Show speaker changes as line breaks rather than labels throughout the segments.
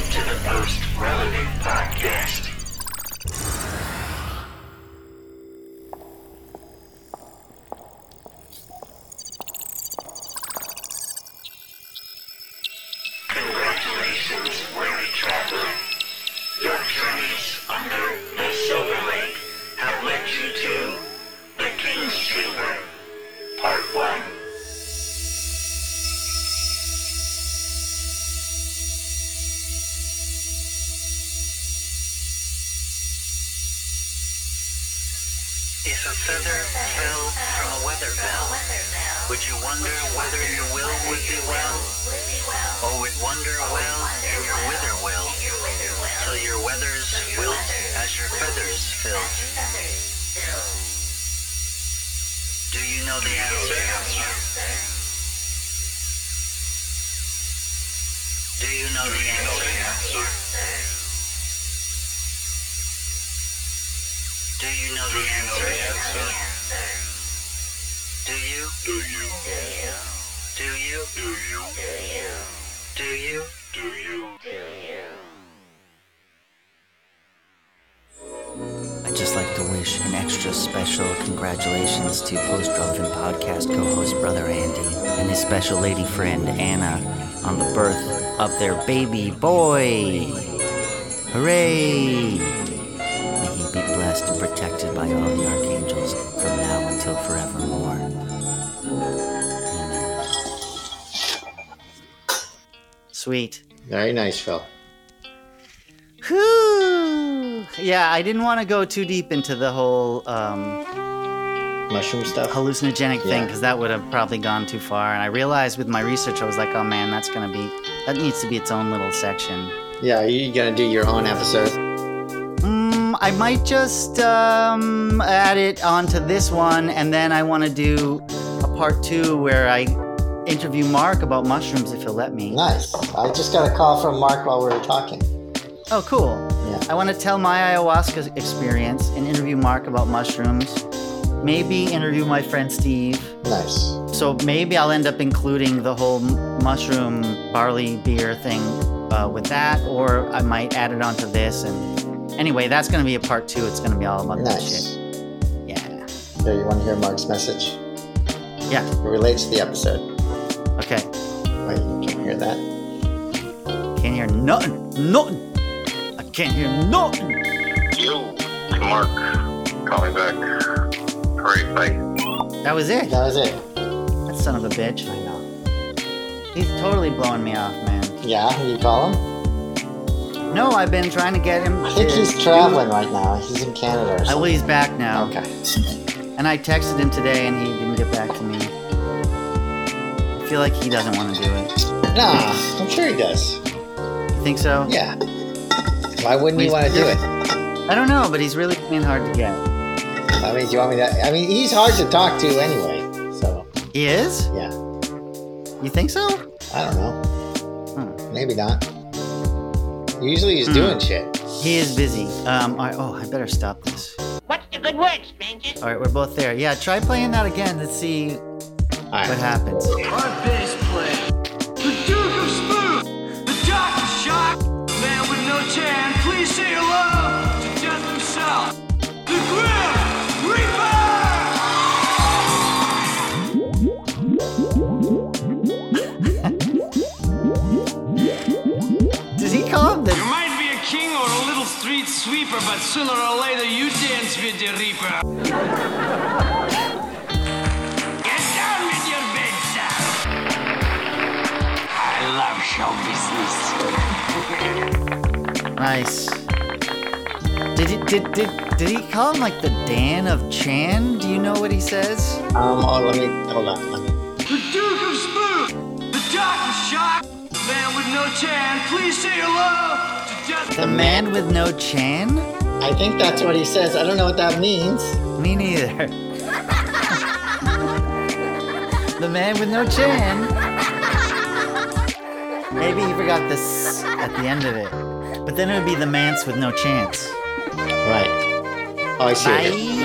Most Relevant Podcast. Congratulations, weary traveler. Your journeys under the Silver Lake have led you to the King's Chamber, Part 1.
is a feather fell from a weather bell. Would you wonder whether your will would be well? Or would wonder well if your wither will? Till your weathers wilt as your feathers fill. Do you know the answer? Do you know the answer? Do you know the answer? Do you?
Do you,
Do you?
do you,
Do you?
do you?
I'd just like to wish an extra special congratulations to Post Relevant Podcast co host Brother Andy and his special lady friend Anna on the birth of their baby boy. Hooray! May he be blessed and protected by all the archangels from now until forevermore. Amen. Sweet.
Very nice, Phil.
Whew. Yeah, I didn't want to go too deep into the whole um,
Mushroom stuff.
hallucinogenic thing
Yeah.
because that would have probably gone too far. And I realized with my research, I was like, oh man, that's going to be, that needs to be its own little section.
Yeah, you're gonna do your own episode.
Mm, I might just um, add it onto this one, and then I want to do a part two where I interview Mark about mushrooms if he'll let me.
Nice. I just got a call from Mark while we were talking.
Oh, cool.
Yeah.
I want to tell my ayahuasca experience and interview Mark about mushrooms. Maybe interview my friend Steve.
Nice.
So maybe I'll end up including the whole m- mushroom barley beer thing uh, with that, or I might add it onto this. And anyway, that's going to be a part two. It's going to be all about that
Nice.
shit. Yeah.
There, you want to hear Mark's message?
Yeah.
It relates to the episode.
Okay.
Wait, you can hear that?
Can't hear nothing. Nothing. I can't hear nothing.
Yo, Mark, call me back. Hurry, bye.
That was it.
That was it.
That son of a bitch.
I know.
He's totally blowing me off, man.
Yeah, you call him?
No, I've been trying to get him.
I think
to
he's
do-
traveling right now. He's in Canada or
I
something.
will. He's back now.
Okay.
And I texted him today, and he didn't get back to me. I feel like he doesn't want to do it.
Nah, I'm sure he does.
You think so?
Yeah. Why wouldn't
Please-
you want to do it?
I don't know, but he's really been hard to get.
I mean, do you want me to? I mean, he's hard to talk to anyway. So,
He is?
yeah.
You think so?
I don't know.
Hmm.
Maybe not. Usually he's
Hmm.
doing shit.
He is busy. Um, I, oh, I better stop this.
What's the good word, stranger?
All right, we're both there. Yeah, try playing that again. Let's see
All
what
right.
happens.
Our bass player, the Duke of Smooth, the Doctor Shock, man with no tan. Please say hello to Death himself, the Grim Reaper.
Does he call him
You
the.
might be a king or a little street sweeper, but sooner or later you dance with the Reaper. Get down with your bed, sir. I love show business.
Nice. Did he, did, did, did he call him like the Dan of Chan? Do you know what he says?
Um, oh, let me hold on. Let me.
The Duke of Smooth, the Doctor Shock, man with no tan. Please say hello to Death.
The man with no Chan?
I think that's what he says. I don't know what that means.
Me neither. the man with no chin. Maybe he forgot this at the end of it. But then it would be the manse with no chance.
Right. Oh, I see. it.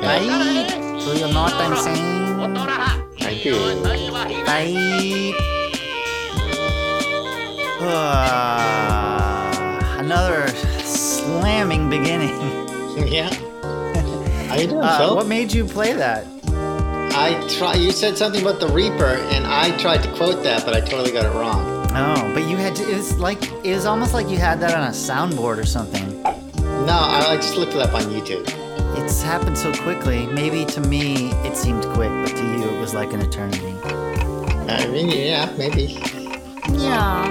Bye. Bye. Do you know what I'm saying?
Thank you.
Bye. Ah. beginning.
yeah. How you doing,
Uh,
Phil?
what made you play that?
I try. You said something about the Reaper, and I tried to quote that, but I totally got it wrong.
Oh, but you had to, it was like it was almost like you had that on a soundboard or something.
No, I, I just looked it up on YouTube.
It's happened so quickly. Maybe to me it seemed quick, but to you it was like an eternity.
Uh, I mean, yeah, maybe. Hmm.
Yeah.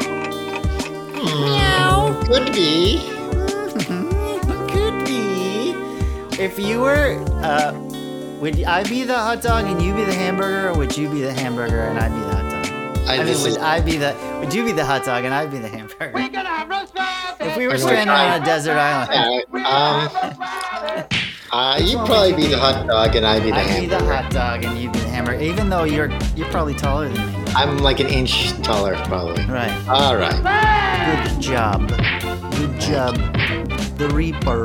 Could be.
Could be. If you were, uh, would I be the hot dog and you be the hamburger, or would you be the hamburger and I'd be the hot dog?
I,
I mean,
this
would
is-
I be the? Would you be the hot dog and I'd be the hamburger? If we were
I'm gonna
stranded
try.
on a desert island,
Yeah, um, uh, you'd probably be the hot dog, and I'd be the
I'd be the
hamburger.
hot dog and you'd be the hamburger. Even though you're you're probably taller than me.
I'm like an inch taller, probably.
Right.
All right.
Good job. Good job. The Reaper.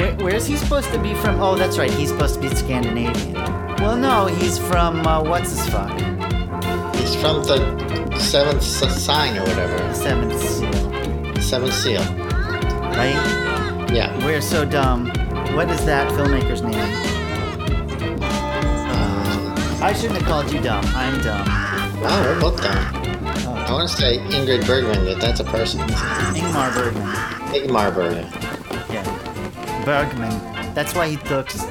Where, where's he supposed to be from? Oh, that's right. He's supposed to be Scandinavian. Well, no, he's from uh, what's his fuck?
He's from the seventh s- sign or whatever,
Seventh Seal,
seventh seal.
right?
Yeah.
We're so dumb. What is that filmmaker's name?
Um,
I shouldn't have called you dumb. I'm dumb.
wow, we're both dumb. I want to say Ingrid Bergman, but that's a person.
Ingmar Bergman.
Ingmar Bergman.
Yeah. Bergman. That's why he talks.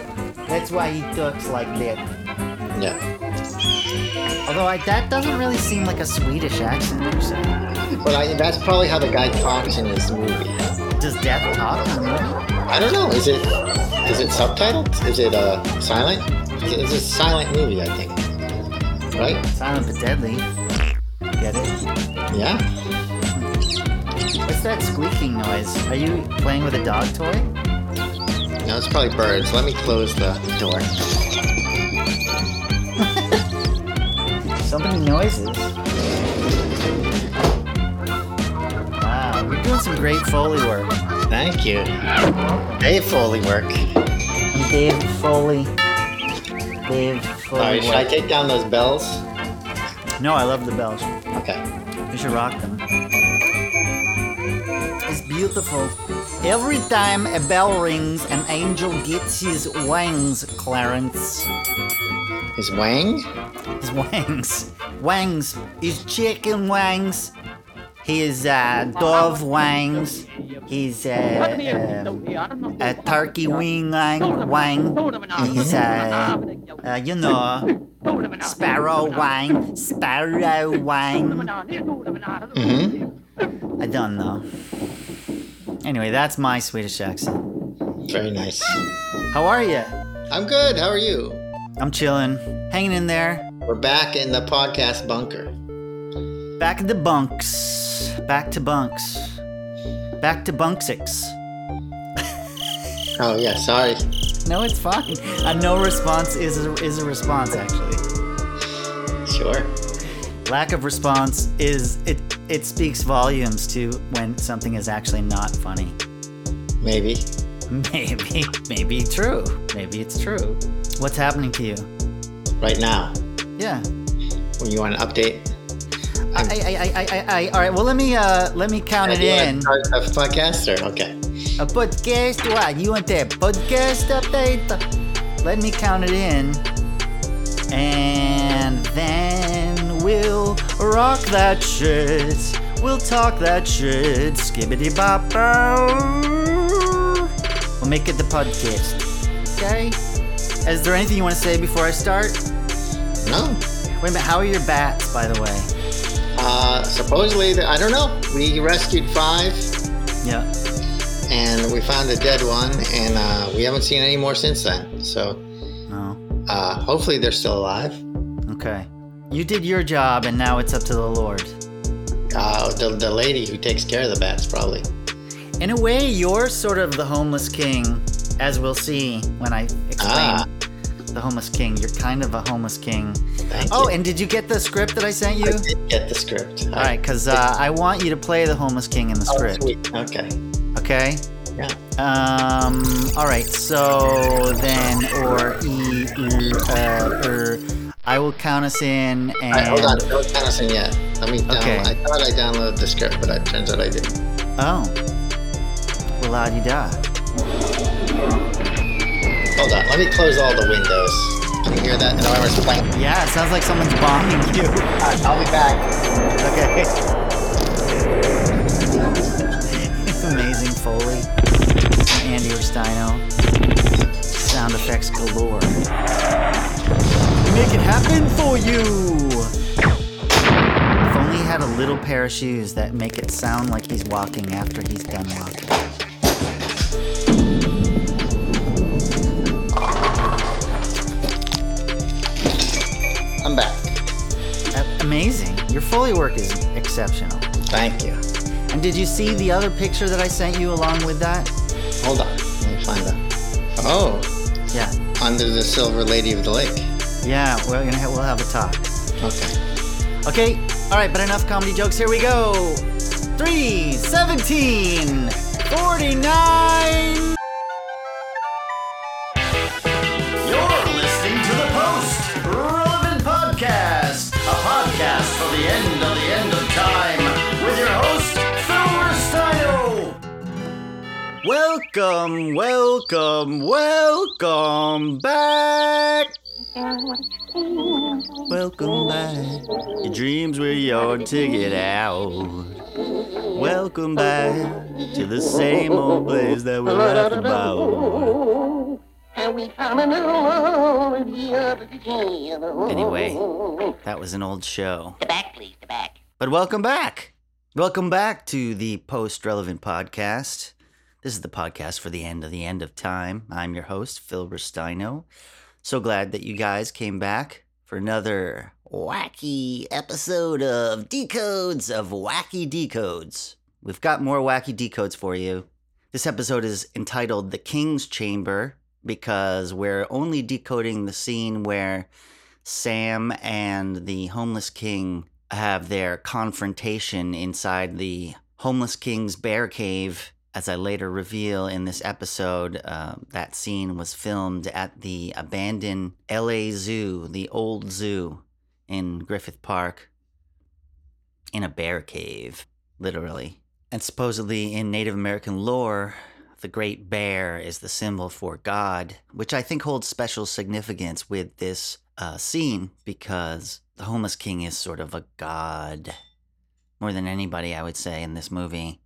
That's why he talks like that.
Yeah.
Although I, that doesn't really seem like a Swedish accent per se.
Well, I, that's probably how the guy talks in his movie.
Does death talk? in the movie?
I don't know. Is it is it subtitled? Is it uh silent? It's it's a silent movie, I think. Right?
Silent but deadly. Get it?
Yeah.
What's that squeaking noise? Are you playing with a dog toy?
No, it's probably birds. Let me close the door.
So many noises. Wow, you're doing some great Foley work.
Thank you. Hey, Foley work.
I'm Dave Foley. Dave Foley.
Sorry, should I
work.
take down those bells?
no, I love the bells.
Okay.
You should rock them. It's beautiful. Every time a bell rings, an angel gets his wings, Clarence.
Is Wang?
His wings. Wings. His chicken wings. His uh, dove wings. His uh, um, a turkey wing wang. wang. His, uh, uh, you know, sparrow wang. Sparrow wang.
Mm-hmm.
I don't know. Anyway, that's my Swedish accent.
Very nice.
How are you?
I'm good. How are you?
I'm chilling, hanging in there,
We're back in the podcast bunker.
back in the bunks, back to bunks, back to bunk six.
Oh yeah, sorry.
No, it's fine. A no response is a, is a response, actually.
Sure.
Lack of response is it it speaks volumes to when something is actually not funny.
Maybe.
Maybe, maybe true. Maybe it's true. What's happening to you?
Right now.
Yeah.
Well, You want an update?
I, I, I, I, I, I all right. Well, let me uh let me count it
You wanna
in.
Start a podcast or okay.
A podcast? What? You want that podcast update? Let me count it in. And then we'll rock that shit. We'll talk that shit. Skibbity bop We'll make it the podcast. Okay? Is there anything you want to say before I start?
No.
Wait a minute, how are your bats, by the way?
Uh, supposedly, the, I don't know. We rescued five,
Yeah.
and we found a dead one, and uh, we haven't seen any more since then. So
Oh,
uh, hopefully they're still alive.
okay. You did your job, and now it's up to the Lord.
Uh, the, the lady who takes care of the bats, probably.
In a way, you're sort of the homeless king, as we'll see when I explain
Ah.
the homeless king. You're kind of a homeless king.
Thank
Oh,
you.
and did you get the script that I sent you?
I did get the script.
All right, because uh, I want you to play the homeless king in the
Oh,
script.
sweet. Okay.
Okay.
Yeah.
Um. All right. So then, or e, e uh, er, I will count us in and.
All right, hold on. Don't count us in yet. Let me. Down-
Okay.
I thought I downloaded the script, but it turns out I didn't.
Oh. Well, la di da.
Hold on, let me close all the windows. Can you hear that? No, I was playing.
Yeah, it sounds like someone's bombing you.
Alright, I'll be back.
Okay. it's amazing Foley. Andy Rustino. Sound effects galore. Make it happen for you! If only he had a little pair of shoes that make it sound like he's walking after he's done walking.
I'm back.
A- amazing. Your Foley work is exceptional.
Thank you.
And did you see the other picture that I sent you along with that?
Hold on, let me find that. Oh,
Yeah.
under the silver lady of the lake.
Yeah, we're gonna ha- we'll have a talk.
Okay.
Okay, all right, but enough comedy jokes. Here we go. 3, 17, 49. You're listening to The Post, Relevant Podcast, a podcast for the end of the end of time with your host, Phil Rustino. Welcome, welcome, welcome back. Welcome back. Your dreams were your ticket out. Welcome back to the same old place that we laughed about. Anyway, that was an old show.
The back, please. The back.
But welcome back. Welcome back to the Post Relevant Podcast. This is the podcast for the end of the end of time. I'm your host, Phil Rustino. So glad that you guys came back for another wacky episode of Decodes of Wacky Decodes. We've got more wacky decodes for you. This episode is entitled The King's Chamber because we're only decoding the scene where Sam and the homeless king have their confrontation inside the homeless king's bear cave. As I later reveal in this episode, uh, that scene was filmed at the abandoned LA Zoo, the old zoo in Griffith Park, in a bear cave, literally. And supposedly, in Native American lore, the great bear is the symbol for God, which I think holds special significance with this uh, scene because the homeless king is sort of a god. More than anybody, I would say, in this movie.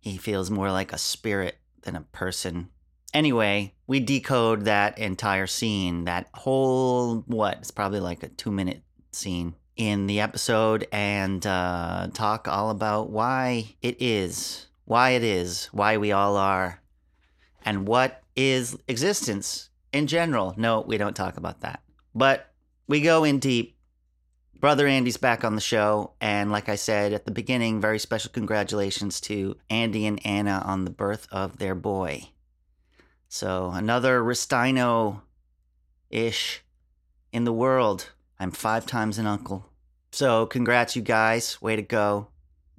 He feels more like a spirit than a person. Anyway, we decode that entire scene, that whole, what, it's probably like a two minute scene in the episode and uh, talk all about why it is, why it is, why we all are, and what is existence in general. No, we don't talk about that. But we go in deep. Brother Andy's back on the show. And like I said at the beginning, very special congratulations to Andy and Anna on the birth of their boy. So another Restino ish in the world. I'm five times an uncle. So, congrats, you guys. Way to go.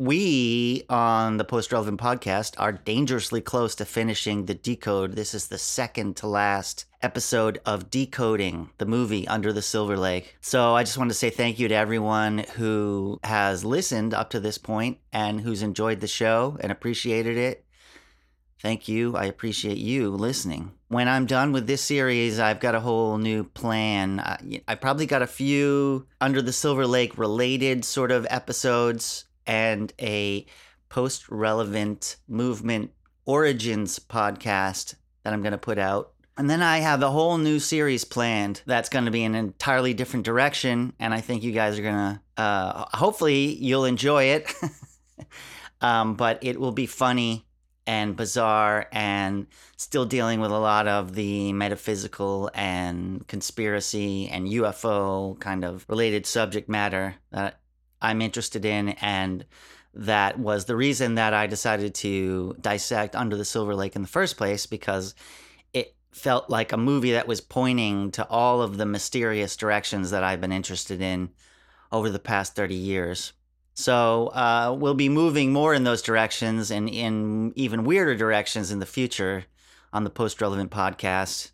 We on the Post Relevant podcast are dangerously close to finishing the decode. This is the second to last episode of decoding the movie Under the Silver Lake. So, I just want to say thank you to everyone who has listened up to this point and who's enjoyed the show and appreciated it. Thank you. I appreciate you listening. When I'm done with this series, I've got a whole new plan. I, I probably got a few Under the Silver Lake related sort of episodes and a post relevant movement origins podcast that I'm going to put out. And then I have a whole new series planned that's going to be in an entirely different direction. And I think you guys are going to, uh, hopefully, you'll enjoy it. um, but it will be funny and bizarre and still dealing with a lot of the metaphysical and conspiracy and UFO kind of related subject matter that I'm interested in. And that was the reason that I decided to dissect Under the Silver Lake in the first place because it felt like a movie that was pointing to all of the mysterious directions that I've been interested in over the past 30 years. So uh, we'll be moving more in those directions and in even weirder directions in the future on the Post Relevant podcast.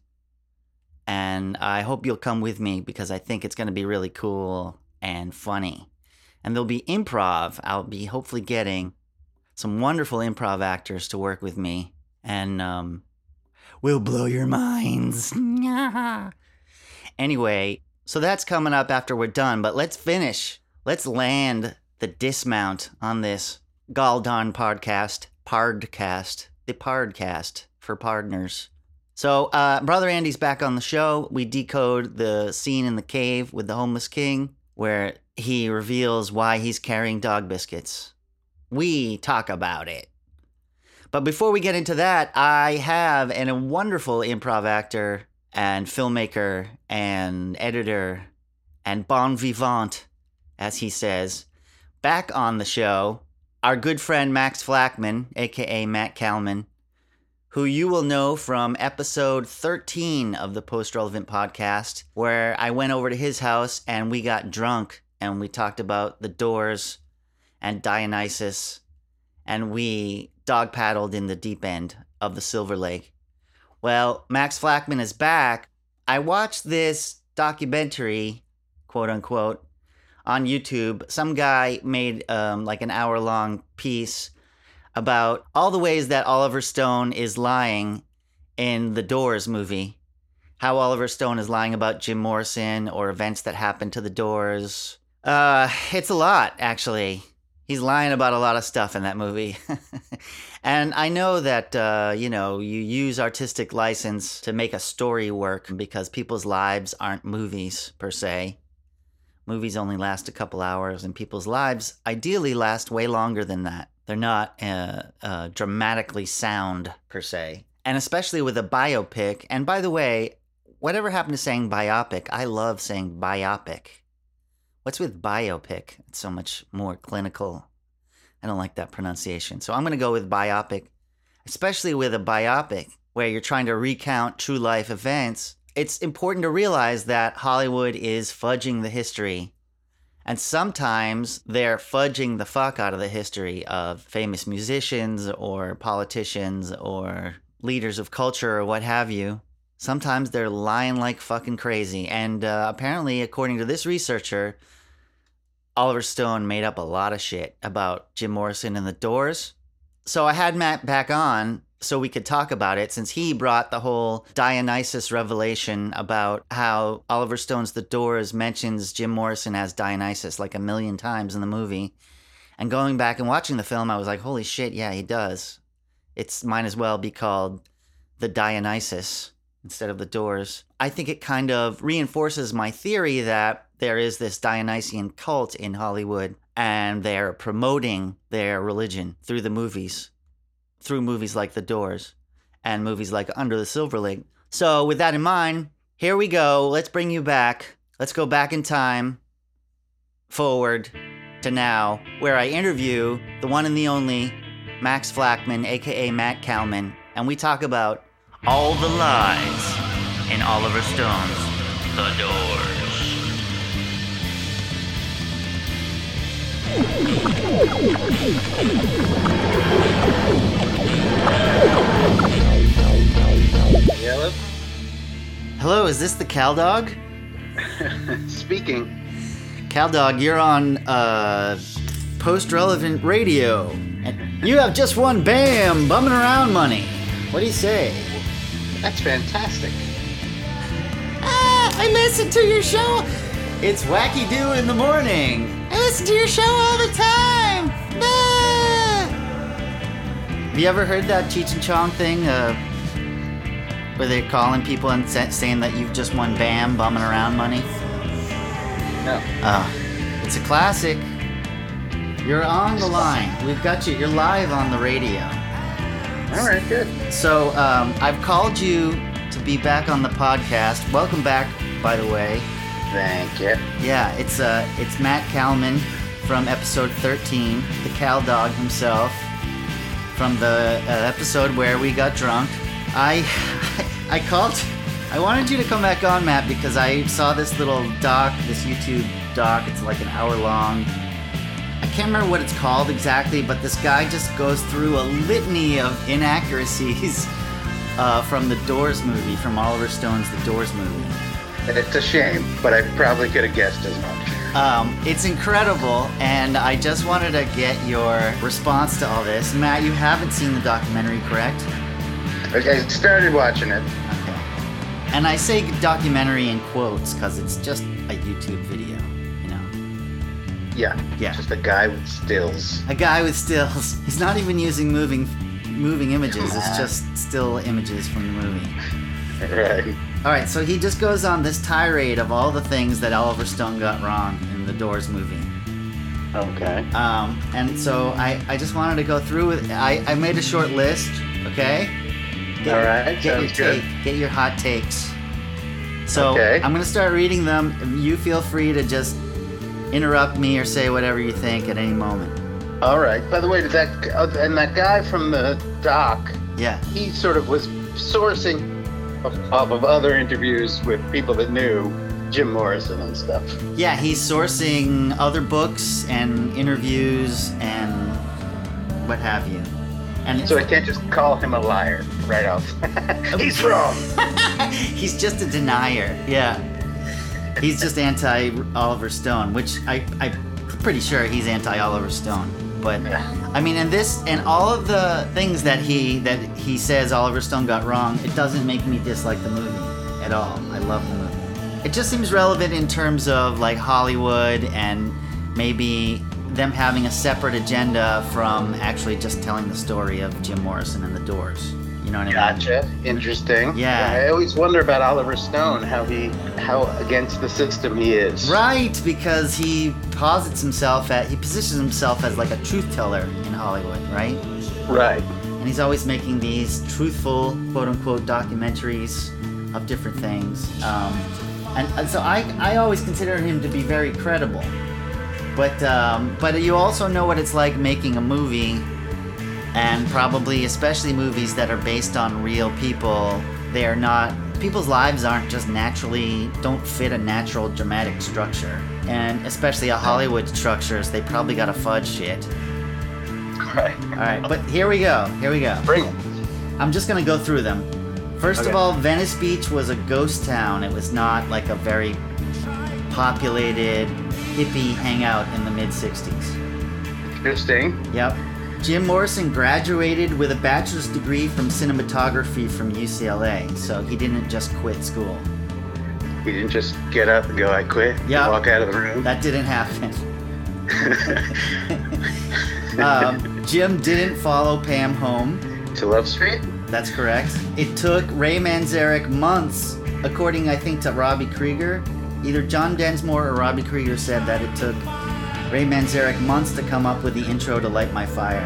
And I hope you'll come with me because I think it's going to be really cool and funny. And there'll be improv. I'll be hopefully getting some wonderful improv actors to work with me. And um, will blow your minds. anyway, so that's coming up after we're done, but let's finish. Let's land the dismount on this Galdon podcast, Pardcast, the Pardcast for partners. So, uh, Brother Andy's back on the show. We decode the scene in the cave with the homeless king where he reveals why he's carrying dog biscuits. We talk about it. But before we get into that, I have an, a wonderful improv actor and filmmaker and editor and bon vivant, as he says, back on the show, our good friend Max Flackman, aka Matt Kalman, who you will know from episode 13 of the Post Relevant podcast, where I went over to his house and we got drunk and we talked about the doors and Dionysus and we dog paddled in the deep end of the Silver Lake. Well, Max Flackman is back. I watched this documentary, quote unquote, on YouTube. Some guy made um, like an hour long piece about all the ways that Oliver Stone is lying in the Doors movie. How Oliver Stone is lying about Jim Morrison or events that happened to the Doors. Uh, it's a lot, actually. He's lying about a lot of stuff in that movie. and I know that, uh, you know, you use artistic license to make a story work because people's lives aren't movies per se. Movies only last a couple hours, and people's lives ideally last way longer than that. They're not uh, uh, dramatically sound per se. And especially with a biopic. And by the way, whatever happened to saying biopic, I love saying biopic. What's with biopic? It's so much more clinical. I don't like that pronunciation. So I'm going to go with biopic, especially with a biopic where you're trying to recount true life events. It's important to realize that Hollywood is fudging the history. And sometimes they're fudging the fuck out of the history of famous musicians or politicians or leaders of culture or what have you. Sometimes they're lying like fucking crazy. And uh, apparently, according to this researcher, Oliver Stone made up a lot of shit about Jim Morrison and the Doors. So I had Matt back on so we could talk about it since he brought the whole Dionysus revelation about how Oliver Stone's The Doors mentions Jim Morrison as Dionysus like a million times in the movie. And going back and watching the film, I was like, holy shit, yeah, he does. It's might as well be called The Dionysus instead of the doors. I think it kind of reinforces my theory that there is this Dionysian cult in Hollywood and they're promoting their religion through the movies, through movies like The Doors and movies like Under the Silver Lake. So, with that in mind, here we go. Let's bring you back. Let's go back in time, forward to now, where I interview the one and the only Max Flackman, aka Matt Kalman, and we talk about all the lies in Oliver Stone's The Doors.
Hello?
Hello, is this the Cal Dog?
Speaking.
Cal Dog, you're on uh, Post Relevant Radio. And you have just won BAM bumming around money. What do you say?
That's fantastic.
Ah, I listen to your show. It's Wacky Doo in the morning. I listen to your show all the time. Ah. Have you ever heard that Cheech and Chong thing? Uh, where they're calling people and sa- saying that you've just won BAM, bumming around money?
No.
Oh, it's a classic. You're on the line. We've got you. You're live on the radio.
All right, good.
So um, I've called you to be back on the podcast. Welcome back, by the way.
Thank you.
Yeah, it's uh, it's Matt Kalman from episode 13, the Cal Dog himself, from the uh, episode where we got drunk. I I called. I wanted you to come back on, Matt, because I saw this little doc, this YouTube doc. It's like an hour long. I can't remember what it's called exactly, but this guy just goes through a litany of inaccuracies uh, from the Doors movie, from Oliver Stone's The Doors movie.
It's a shame, but I probably could have guessed as much.
Um, it's incredible, and I just wanted to get your response to all this. Matt, you haven't seen the documentary, correct?
I I started watching it.
And I say documentary in quotes because it's just a YouTube video, you know.
Yeah.
Yeah.
Just a guy with stills.
A guy with stills. He's not even using moving moving images. It's just still images from the movie.
Right.
All right, so he just goes on this tirade of all the things that Oliver Stone got wrong in the Doors movie.
Okay.
Um, and so I, I just wanted to go through with I, I made a short list, okay? Get,
All right,
get your
sounds good.
take- get your hot takes. So
Okay.
I'm gonna start reading them. You feel free to just interrupt me or say whatever you think at any moment.
All right. By the way, did that oh, and that guy from the doc,
Yeah.
he sort of was sourcing off- off of other interviews with people that knew Jim Morrison and stuff.
Yeah, he's sourcing other books and interviews and what have you. And
So I can't just call him a liar right off. He's wrong.
He's just a denier. Yeah. He's just anti Oliver Stone, which I, I'm pretty sure he's anti Oliver Stone. But I mean, and this and all of the things that he that he says Oliver Stone got wrong, it doesn't make me dislike the movie at all. I love the movie. It just seems relevant in terms of like Hollywood and maybe them having a separate agenda from actually just telling the story of Jim Morrison and the Doors. You know what I mean?
Gotcha. Interesting.
Yeah.
I always wonder about Oliver Stone, how he, how against the system he is.
Right, because he posits himself at he positions himself as like a truth teller in Hollywood, right?
Right.
And he's always making these truthful, quote unquote, documentaries of different things. Um, and, and so I, I always consider him to be very credible. But um, but you also know what it's like making a movie, and probably especially movies that are based on real people. They are not people's lives aren't just naturally don't fit a natural dramatic structure, and especially a Hollywood structures. They probably gotta fudge shit.
Right.
All right, but here we go. Here we go.
Bring it.
I'm just gonna go through them. First of
Okay.
all, Venice Beach was a ghost town. It was not like a very populated hippie hangout in the mid 60s.
Interesting.
Yep. Jim Morrison graduated with a bachelor's degree from cinematography from UCLA, so he didn't just quit school.
He didn't just get up and go, I quit.
Yeah.
Walk out of the room.
That didn't happen. um, Jim didn't follow Pam home.
to Love Street?
That's correct. It took Ray Manzarek months, according, I think, to Robbie Krieger. Either John Densmore or Robbie Krieger said that it took Ray Manzarek months to come up with the intro to Light My Fire.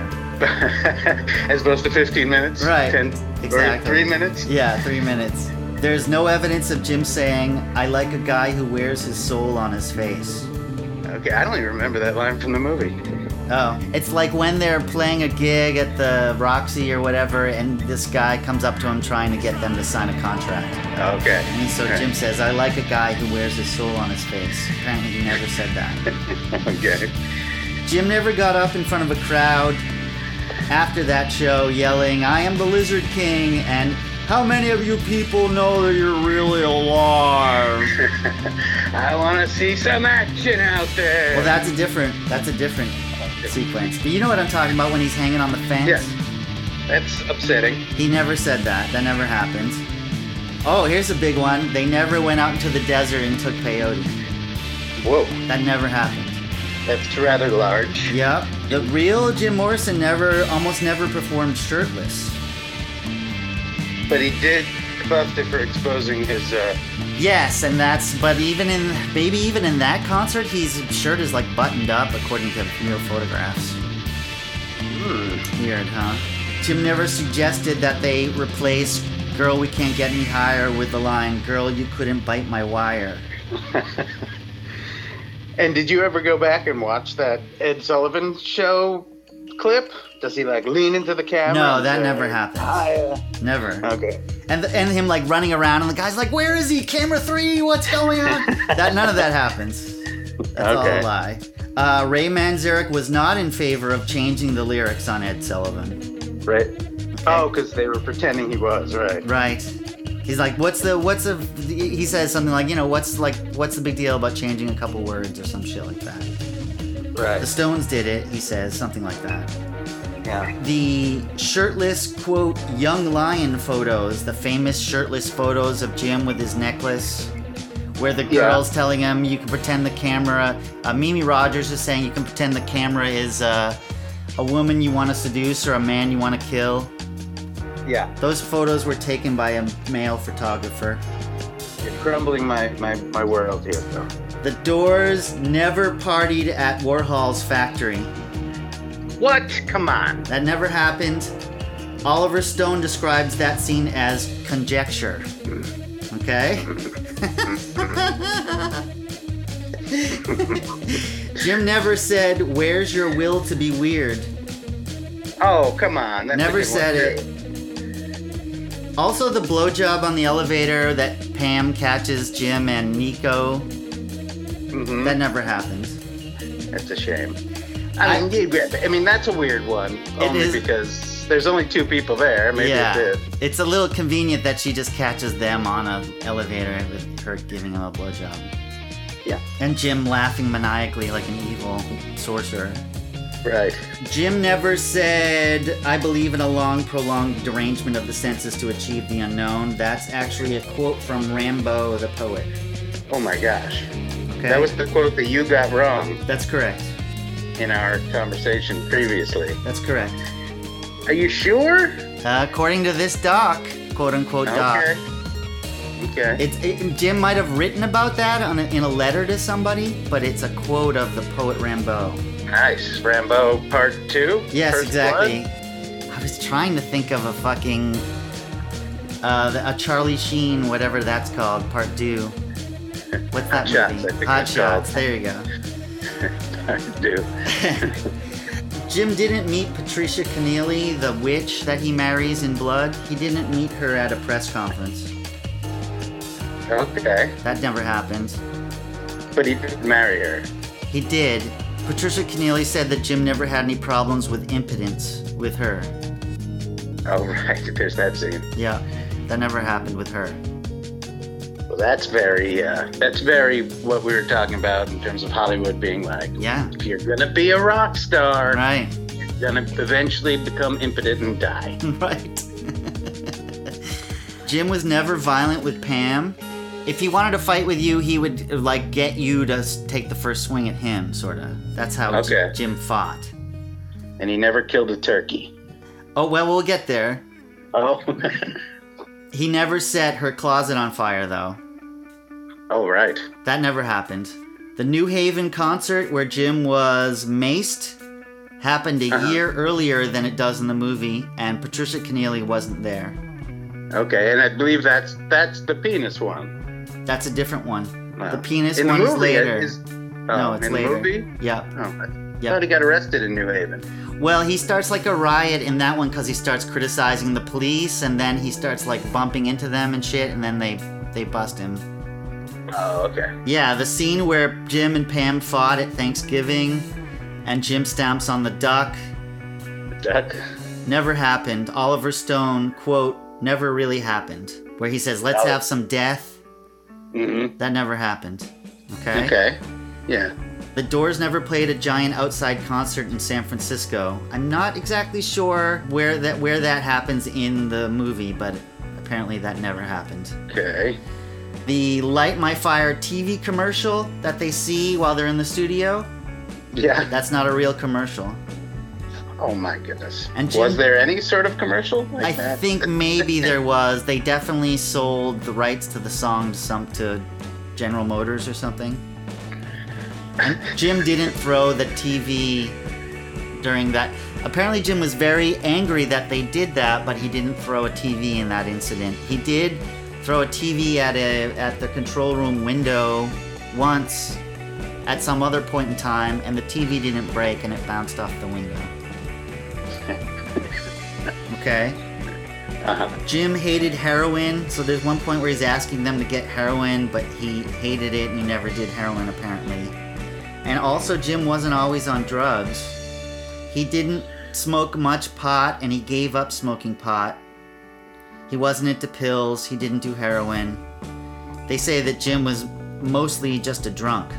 As opposed to 15 minutes?
Right.
10, Or
Exactly.
three minutes?
Yeah, three minutes. There's no evidence of Jim saying, I like a guy who wears his soul on his face.
Okay, I don't even remember that line from the movie.
Oh, it's like when they're playing a gig at the Roxy or whatever, and this guy comes up to him trying to get them to sign a contract.
Okay.
And so
Okay.
Jim says, I like a guy who wears his soul on his face. Apparently, he never said that.
Okay.
Jim never got up in front of a crowd after that show yelling, I am the Lizard King, and how many of you people know that you're really alive?
I want to see some action out there.
Well, that's a different, that's a different sequence. But you know what I'm talking about when he's hanging on the fence?
Yeah. That's upsetting.
He never said that. That never happened. Oh, here's a big one. They never went out into the desert and took peyote.
Whoa.
That never happened.
That's rather large.
Yep. The real Jim Morrison never, almost never performed shirtless.
But he did busted for exposing his, uh,
Yes, and that's, but even in, maybe even in that concert, his shirt is like buttoned up according to real photographs. Weird, huh? Jim never suggested that they replace Girl, We Can't Get Any Higher with the line, Girl, You Couldn't Bite My Wire.
And did you ever go back and watch that Ed Sullivan show clip? Does he like lean into the camera?
No,
and
that
say,
never happened.
"Hi."
Never.
Okay.
And, and him like running around, and the guy's like, Where is he? Camera three, what's going on? that None of that happens. That's all
Okay.
a lie. Uh, Ray Manzarek was not in favor of changing the lyrics on Ed Sullivan.
Right. Oh, because they were pretending he was, right.
Right. He's like, what's the, what's the, he says something like, you know, what's like, what's the big deal about changing a couple words or some shit like that. The
Right.
Stones did it, he says, something like that.
Yeah.
the shirtless quote young lion photos the famous shirtless photos of jim with his necklace where the
Yeah.
girl's telling him you can pretend the camera uh, mimi rogers is saying you can pretend the camera is uh, a woman you want to seduce or a man you want to kill
Yeah.
those photos were taken by a male photographer
You're crumbling my, my, my world here, though.
the doors never partied at warhol's factory
What? Come on.
that never happened oliver stone describes that scene as conjecture okay jim never said where's your will to be weird
Oh, come on. That's a
Never
good one.
said it. Also, the blowjob on the elevator that Pam catches Jim and Nico.
Mhm.
That never happened.
That's a shame. I mean, you grab it. I mean, that's a weird one. Only
is-
because there's only two people there. Maybe
yeah.
it did.
It's a little convenient that she just catches them on a elevator with her giving him a blowjob.
Yeah.
And Jim laughing maniacally like an evil sorcerer.
Right.
Jim never said, I believe in a long, prolonged derangement of the senses to achieve the unknown. That's actually a quote from Rambo the poet.
Oh my gosh.
Okay.
That was the quote that you got wrong
That's correct.
in our conversation previously.
That's correct.
Are you sure?
Uh, according to this doc, quote unquote doc,
Okay. Okay.
it's it, Jim might have written about that on a, in a letter to somebody, but it's a quote of the poet Rambo.
Nice. Rambo Part Two.
Yes,
First
exactly.
Blood?
I was trying to think of a fucking uh, the- a Charlie Sheen, whatever that's called, part two. What's that
Hot Shots, I
movie?
think
Hot
it's called.
Shots. There you go.
Part Two.
Jim didn't meet Patricia Keneally, the witch that he marries in Blood. He didn't meet her at a press conference.
Okay.
That never happened.
But he did marry her.
He did. Patricia Keneally said that Jim never had any problems with impotence with her.
Oh right. There's that scene.
Yeah, that never happened with her.
Well, that's very. Uh, that's very what we were talking about in terms of Hollywood being like.
Yeah,
If you're gonna be a rock star,
right,
you're gonna eventually become impotent and die.
right. Jim was never violent with Pam. If he wanted to fight with you, he would like get you to s- take the first swing at him, sort of. That's how J-
Okay.
Jim fought.
And he never killed a turkey.
Oh well, we'll get there.
Oh.
He never set her closet on fire, though.
oh right.
That never happened. The New Haven concert where Jim was maced happened a year earlier than it does in the movie, and Patricia Keneally wasn't there.
Okay. And I believe that's that's the penis one.
That's a different one.
Wow.
The penis
In the
one is
movie,
later.
it is-
no,
oh,
it's
in
later.
The movie?
Yeah.
Oh, I
Yeah.
thought he got arrested in New Haven.
Well, he starts like a riot in that one because he starts criticizing the police, and then he starts like bumping into them and shit, and then they they bust him.
Oh, okay.
Yeah, the scene where Jim and Pam fought at Thanksgiving, and Jim stamps on the duck.
Duck.
Never happened. Oliver Stone, quote, never really happened. Where he says, let's
No.
have some death.
Mm-hmm.
That never happened. Okay?
Okay. Yeah.
The Doors never played a giant outside concert in San Francisco. I'm not exactly sure where that where that happens in the movie, but apparently that never happened.
Okay.
The Light My Fire TV commercial that they see while they're in the studio,
Yeah.
that's not a real commercial.
Oh my goodness.
And
was
Jim-
there any sort of commercial like
I
that?
think maybe there was. They definitely sold the rights to the song to some to General Motors or something. And Jim didn't throw the TV during that. Apparently, Jim was very angry that they did that, but he didn't throw a TV in that incident. He did throw a TV at a at the control room window once at some other point in time, and the TV didn't break and it bounced off the window. Okay.
Uh-huh.
Jim hated heroin, so there's one point where he's asking them to get heroin, but he hated it and he never did heroin apparently. And also, Jim wasn't always on drugs. He didn't smoke much pot and he gave up smoking pot. He wasn't into pills, he didn't do heroin. They say that Jim was mostly just a drunk.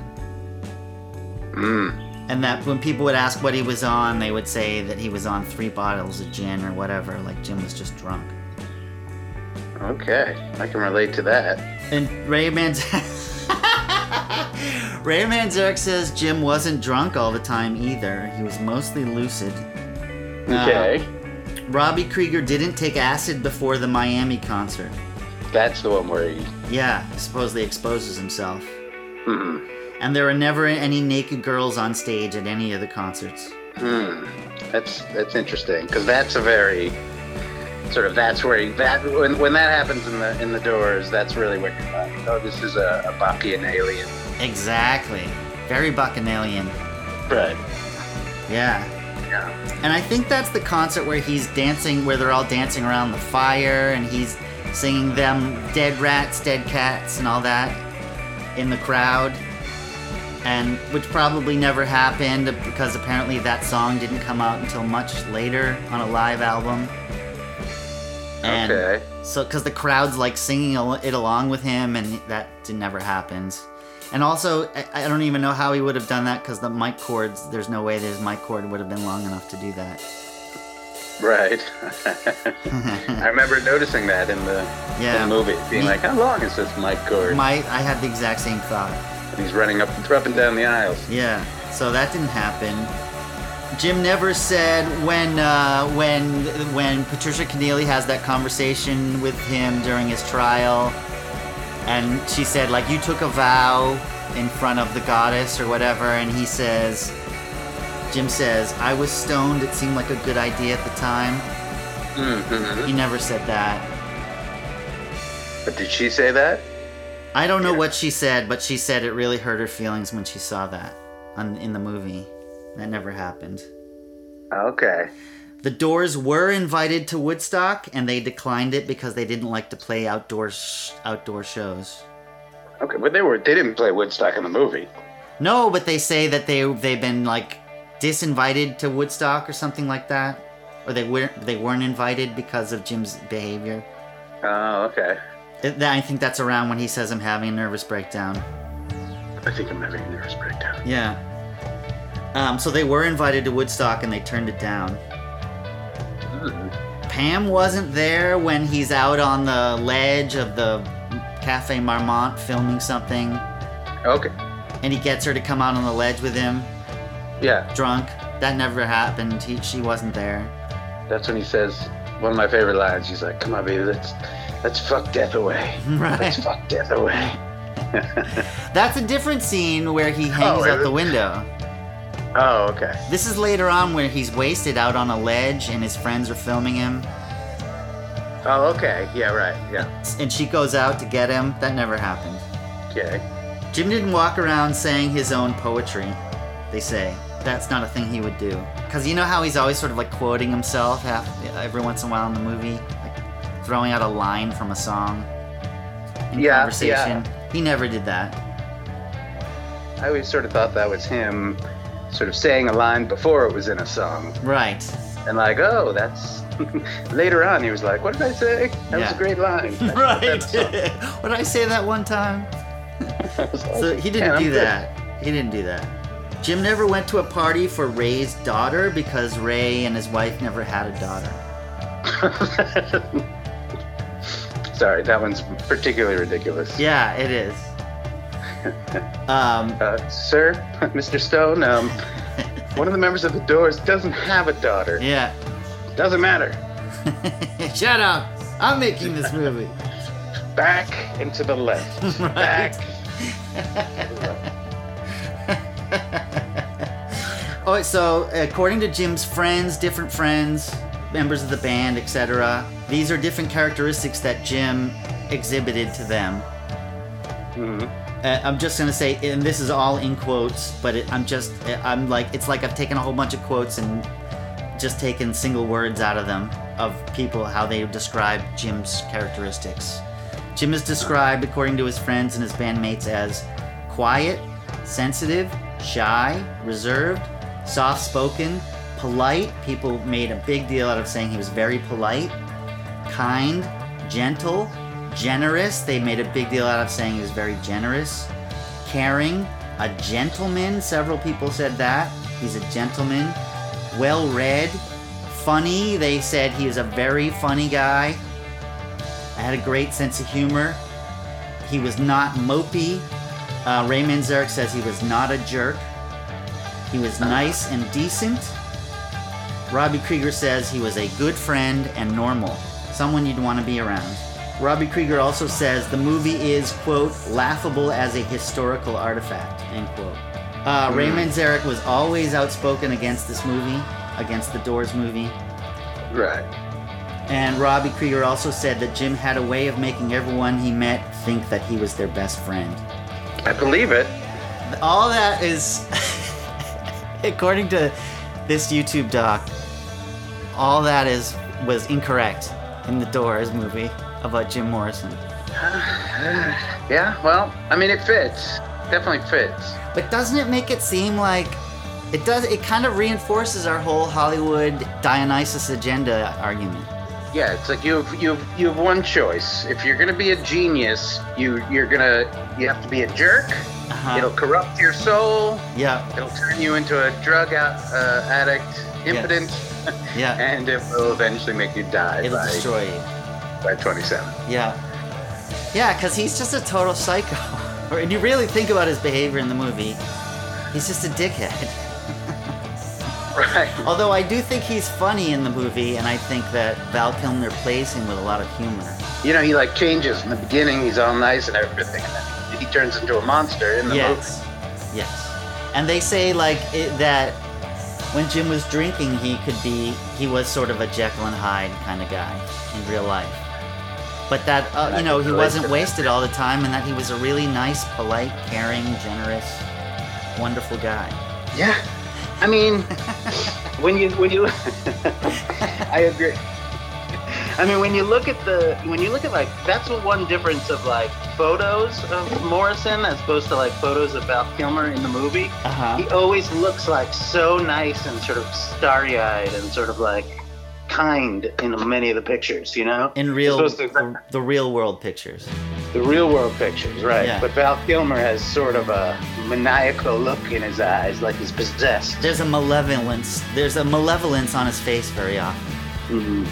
Mm.
And that when people would ask what he was on, they would say that he was on three bottles of gin or whatever, like Jim was just drunk.
Okay, I can relate to that.
And Ray Manz- Ray Manzarek says Jim wasn't drunk all the time either. He was mostly lucid. Uh,
Okay,
Robbie Krieger didn't take acid before the Miami concert.
that's the one where he.
Yeah, supposedly exposes himself.
Mm,
And there were never any naked girls on stage at any of the concerts.
mm, that's that's interesting because that's a very sort of that's where he, that when, when that happens in the in the doors, that's really what you're like. Oh, this is a, a Bachian alien.
Exactly. Very bacchanalian.
Right.
Yeah.
Yeah.
And I think that's the concert where he's dancing, where they're all dancing around the fire and he's singing them dead rats, dead cats, and all that in the crowd. And which probably never happened because apparently that song didn't come out until much later on a live album. And
Okay.
So, because the crowd's like singing al- it along with him, and that d- never happens. And also, I, I don't even know how he would have done that because the mic cords, there's no way that his mic cord would have been long enough to do that.
Right. I remember noticing that in the,
Yeah.
in the movie, being
Me-
like, "How long is this mic cord?"
My, I had the exact same thought.
and he's running up, up and down the aisles.
Yeah. So that didn't happen. Jim never said when uh, when when Patricia Keneally has that conversation with him during his trial, and she said like you took a vow in front of the goddess or whatever, and he says, Jim says I was stoned. It seemed like a good idea at the time.
hmm
He never said that.
But did she say that?
I don't know
Yeah.
what she said, but she said it really hurt her feelings when she saw that on, in the movie. That never happened.
Okay.
The Doors were invited to Woodstock, and they declined it because they didn't like to play outdoor sh- outdoor shows.
Okay, but they were they didn't play Woodstock in the movie.
No, but they say that they they've been like disinvited to Woodstock or something like that, or they weren't they weren't invited because of Jim's behavior.
Oh, okay.
It- that- I think that's around when he says I'm having a nervous breakdown.
I think I'm having a nervous breakdown.
Yeah. Um, so they were invited to Woodstock and they turned it down.
Hmm.
Pam wasn't there when he's out on the ledge of the Cafe Marmont filming something,
Okay.
and he gets her to come out on the ledge with him,
Yeah,
drunk. That never happened. He, she wasn't there.
that's when he says one of my favorite lines. He's like, "Come on, baby, let's let's fuck death away.
Right.
Let's fuck death away."
That's a different scene where he hangs
Oh,
out
is
the
it?
window.
Oh, okay.
This is later on where he's wasted out on a ledge and his friends are filming him,
Oh, okay. Yeah, right. Yeah.
and she goes out to get him. That never happened.
Okay.
Jim didn't walk around saying his own poetry, they say. That's not a thing he would do. Because you know how he's always sort of like quoting himself half, every once in a while in the movie? Like throwing out a line from a song in
Yeah,
conversation? He never did that.
I always sort of thought that was him, sort of saying a line before it was in a song,
Right.
and like, oh, that's. Later on, he was like, "What did I say? That was
Yeah.
a great line."
Right. what did I say that one time? So he didn't do that. He didn't do that. Jim never went to a party for Ray's daughter because Ray and his wife never had a daughter.
Sorry, that one's particularly ridiculous.
Yeah, it is. um,
Uh, sir, Mr. Stone, um, one of the members of the Doors doesn't have a daughter.
yeah.
Doesn't matter.
Shut up. I'm making this movie.
Back and to the left. Back.
oh, so according to Jim's friends, different friends, members of the band, etc., these are different characteristics that Jim exhibited to them.
Mhm.
Uh, I'm just gonna say, and this is all in quotes, but it, I'm just, uh, I'm like, it's like I've taken a whole bunch of quotes and just taken single words out of them of people how they describe Jim's characteristics. Jim is described, according to his friends and his bandmates, as quiet, sensitive, shy, reserved, soft spoken, polite. People made a big deal out of saying he was very polite, kind, gentle, generous. They made a big deal out of saying he was very generous, caring, a gentleman. Several people said that. He's a gentleman. Well read. Funny. They said he is a very funny guy. Had a great sense of humor. He was not mopey. Uh, Ray Manzarek says he was not a jerk. He was nice and decent. Robbie Krieger says he was a good friend and normal, someone you'd want to be around. Robbie Krieger also says the movie is, quote, laughable as a historical artifact, end quote. Uh, Ray Manzarek was always outspoken against this movie, against the Doors movie.
Right.
And Robbie Krieger also said that Jim had a way of making everyone he met think that he was their best friend.
I believe it.
All that is, according to this YouTube doc, all that is was incorrect in the Doors movie about Jim Morrison.
Yeah. Well, I mean, it fits. Definitely fits.
But doesn't it make it seem like it does? It kind of reinforces our whole Hollywood Dionysus agenda argument.
Yeah, it's like you have you have you have one choice. If you're gonna be a genius, you you're gonna you have to be a jerk.
Uh-huh.
It'll corrupt your soul.
Yeah,
It'll turn you into a drug out, uh, addict, impotent,
yeah.
and it will eventually make you die
It'll
by,
destroy you.
by 27.
Yeah. Yeah, because he's just a total psycho. and you really think about his behavior in the movie, he's just a dickhead.
Right.
Although I do think he's funny in the movie, and I think that Val Kilmer plays him with a lot of humor.
You know, he like changes in the beginning. He's all nice and everything, and then he turns into a monster in the
yes. Yes. And they say, like, it, that when Jim was drinking, he could be, he was sort of a Jekyll and Hyde kind of guy in real life. But that, uh,
I
you know,
can
he
relate
wasn't
to that.
wasted all the time, and that he was a really nice, polite, caring, generous, wonderful guy.
movie. Yeah. I mean, when you when you, I agree. I mean, when you look at the when you look at like that's the one difference of like photos of Morrison as opposed to like photos of Val Kilmer in the movie.
Uh huh.
He always looks like so nice and sort of starry eyed and sort of like kind in many of the pictures, you know?
In real,
You're supposed to-
the real world pictures.
The real world pictures, right.
Yeah.
But Val Kilmer has sort of a maniacal look in his eyes, like he's possessed.
There's a malevolence. There's a malevolence on his face very often.
Mhm.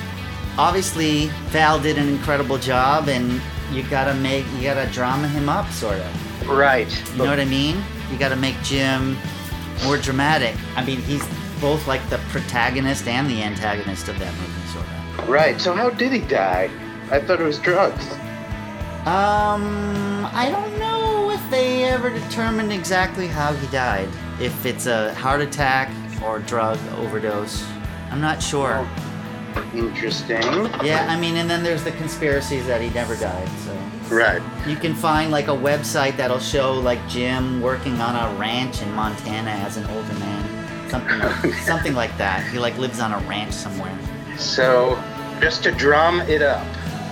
Obviously, Val did an incredible job, and you gotta make, you gotta drama him up, sort of.
Right.
You know what I mean? You gotta make Jim more dramatic. I mean, he's both like the protagonist and the antagonist of that movie, sort of.
Right. So how did he die? I thought it was drugs.
Um, I don't know if they ever determined exactly how he died. If it's a heart attack or drug overdose, I'm not sure.
Interesting.
Yeah, I mean, and then there's the conspiracies that he never died. So
Right.
you can find like a website that'll show like Jim working on a ranch in Montana as an older man, something like, something like that. He like lives on a ranch somewhere.
So just to drum it up.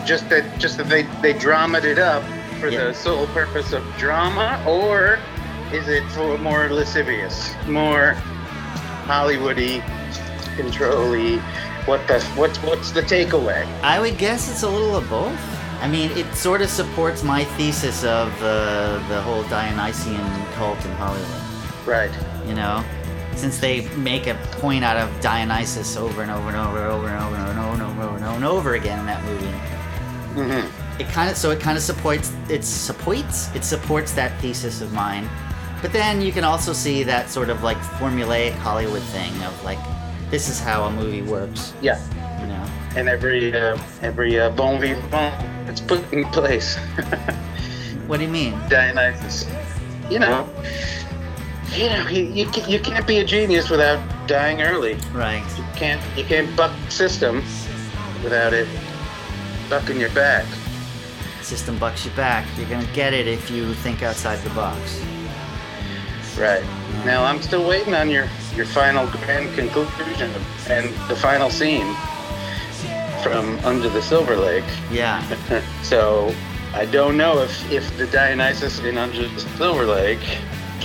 Just that just that they, they dramaed it up for
Yeah.
the sole purpose of drama, or is it for more lascivious, more Hollywoody, control-y? What the what's what's the takeaway?
I would guess it's a little of both. I mean, it sort of supports my thesis of uh, the whole Dionysian cult in Hollywood.
Right.
You know, since they make a point out of Dionysus over and over and over and over and over and over and over and over and over, and over again in that movie.
hmm
it kind of so it kind of supports it supports it supports that thesis of mine but then you can also see that sort of like formulaic hollywood thing of like this is how a movie works
Yeah.
you know
And every uh, every uh, bon vivant that's put in place.
what do you mean
Dionysus. You know, you know, you, you, ca- you can't be a genius without dying early.
right
You can't you can't buck system without it bucking your back.
system bucks you back you're gonna get it if you think outside the box
Right. Now I'm still waiting on your your final grand conclusion and the final scene from Under the Silver Lake.
yeah
so I don't know if if the Dionysus in Under the Silver Lake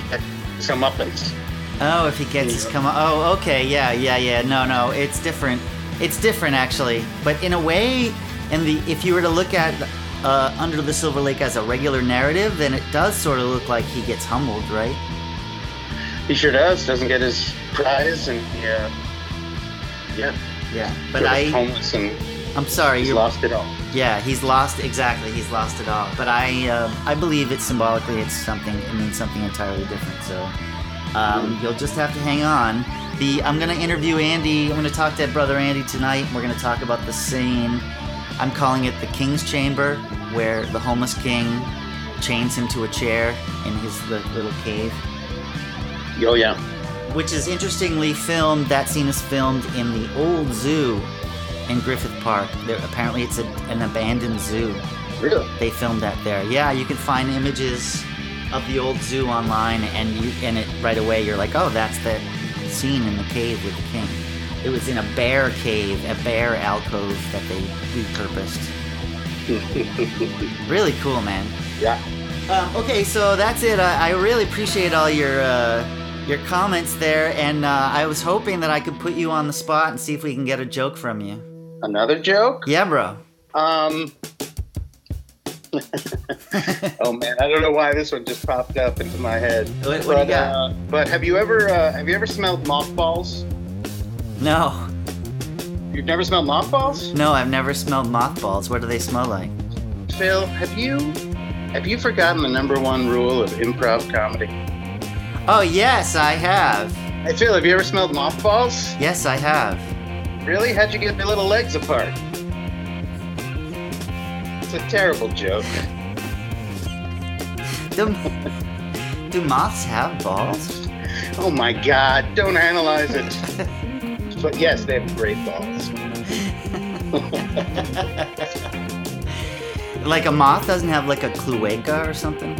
get some uppance.
oh if he gets his come oh okay yeah yeah yeah no no it's different it's different actually but in a way and the if you were to look at uh, under the silver lake as a regular narrative then it does sort of look like he gets humbled right
He sure does. Doesn't get his prize, and yeah, yeah.
Yeah, but
George is
I,
homeless and
I'm sorry,
he's
you're
lost it all.
Yeah, he's lost exactly. He's lost it all. But I, um, I believe it's symbolically. It's something. It means something entirely different. So um, you'll just have to hang on. The I'm gonna interview Andy. I'm gonna talk to brother Andy tonight. We're gonna talk about the scene. I'm calling it the King's Chamber, where the homeless king chains him to a chair in his li- little cave
Oh yeah.
which is interestingly filmed. That scene is filmed in the old zoo in Griffith Park. There, apparently, it's a, an abandoned zoo.
Really?
They filmed that there. Yeah, you can find images of the old zoo online, and you and it right away. You're like, oh, that's the scene in the cave with the king. It was in a bear cave, a bear alcove that they repurposed. really cool, man.
Yeah.
Um, okay, so that's it. I, I really appreciate all your uh, your comments there, and uh, I was hoping that I could put you on the spot and see if we can get a joke from you.
Another joke?
Yeah, bro.
Um. oh man, I don't know why this one just popped up into my head.
What- what do
but,
you got?
Uh, but have you ever uh, have you ever smelled mothballs?
No,
You've never smelled mothballs?
no, I've never smelled mothballs. What do they smell like?
Phil, have you have you forgotten the number one rule of improv comedy?
Oh yes, I have.
Hey Phil, have you ever smelled mothballs?
Yes, I have.
Really? How'd you get their little legs apart? It's a terrible joke.
Do, do moths have balls?
Oh my god, don't analyze it. but yes, they have great balls.
Like a moth doesn't have like a cloaca or something.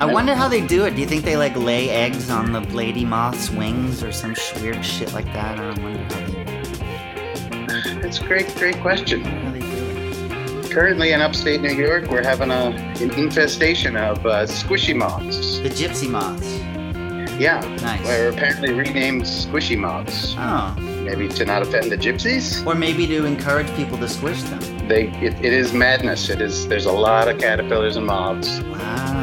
I wonder how they do it. Do you think they like lay eggs on the lady moth's wings or some sh- weird shit like that? I wonder how they,
That's a great, great question.
how they do it.
Currently in upstate New York, we're having a, an infestation of uh, squishy moths.
The gypsy moths.
Yeah.
Nice.
They're apparently renamed squishy moths.
Oh,
Maybe to not offend the gypsies?
or maybe to encourage people to squish them.
They, it, it is madness. It is. There's a lot of caterpillars and moths.
Wow.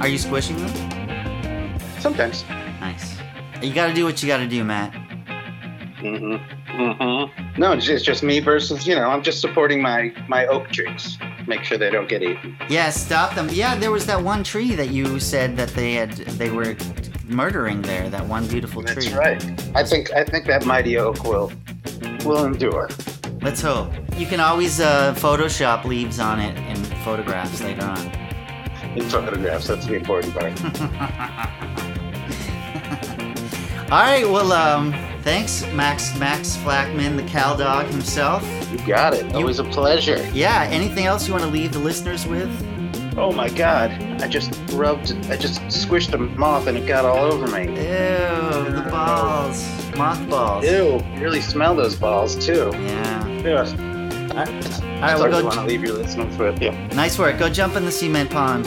Are you squishing them?
Sometimes.
Nice. You gotta do what you gotta do, Matt.
hmm hmm No, it's just, it's just me versus. You know, I'm just supporting my my oak trees. Make sure they don't get eaten.
Yeah, stop them. Yeah, there was that one tree that you said that they had they were murdering there. That one beautiful tree.
That's right. I think I think that mighty oak will will endure.
Let's hope. You can always uh, Photoshop leaves on it and photographs later on.
In photographs, that's the important part.
All right. Well, um, thanks, Max Max Flackman, the cow dog himself.
you got it. Always a pleasure.
Yeah. Anything else you want to leave the listeners with?
Oh my God! I just rubbed. I just squished a moth, and it got all over
Ew,
me.
the balls, mothballs.
Ew! You really smell those balls too.
Yeah.
Yeah.
All right.
That's
Well,
what
go.
you want to leave your listeners with. Yeah.
Nice work. Go jump in the cement pond.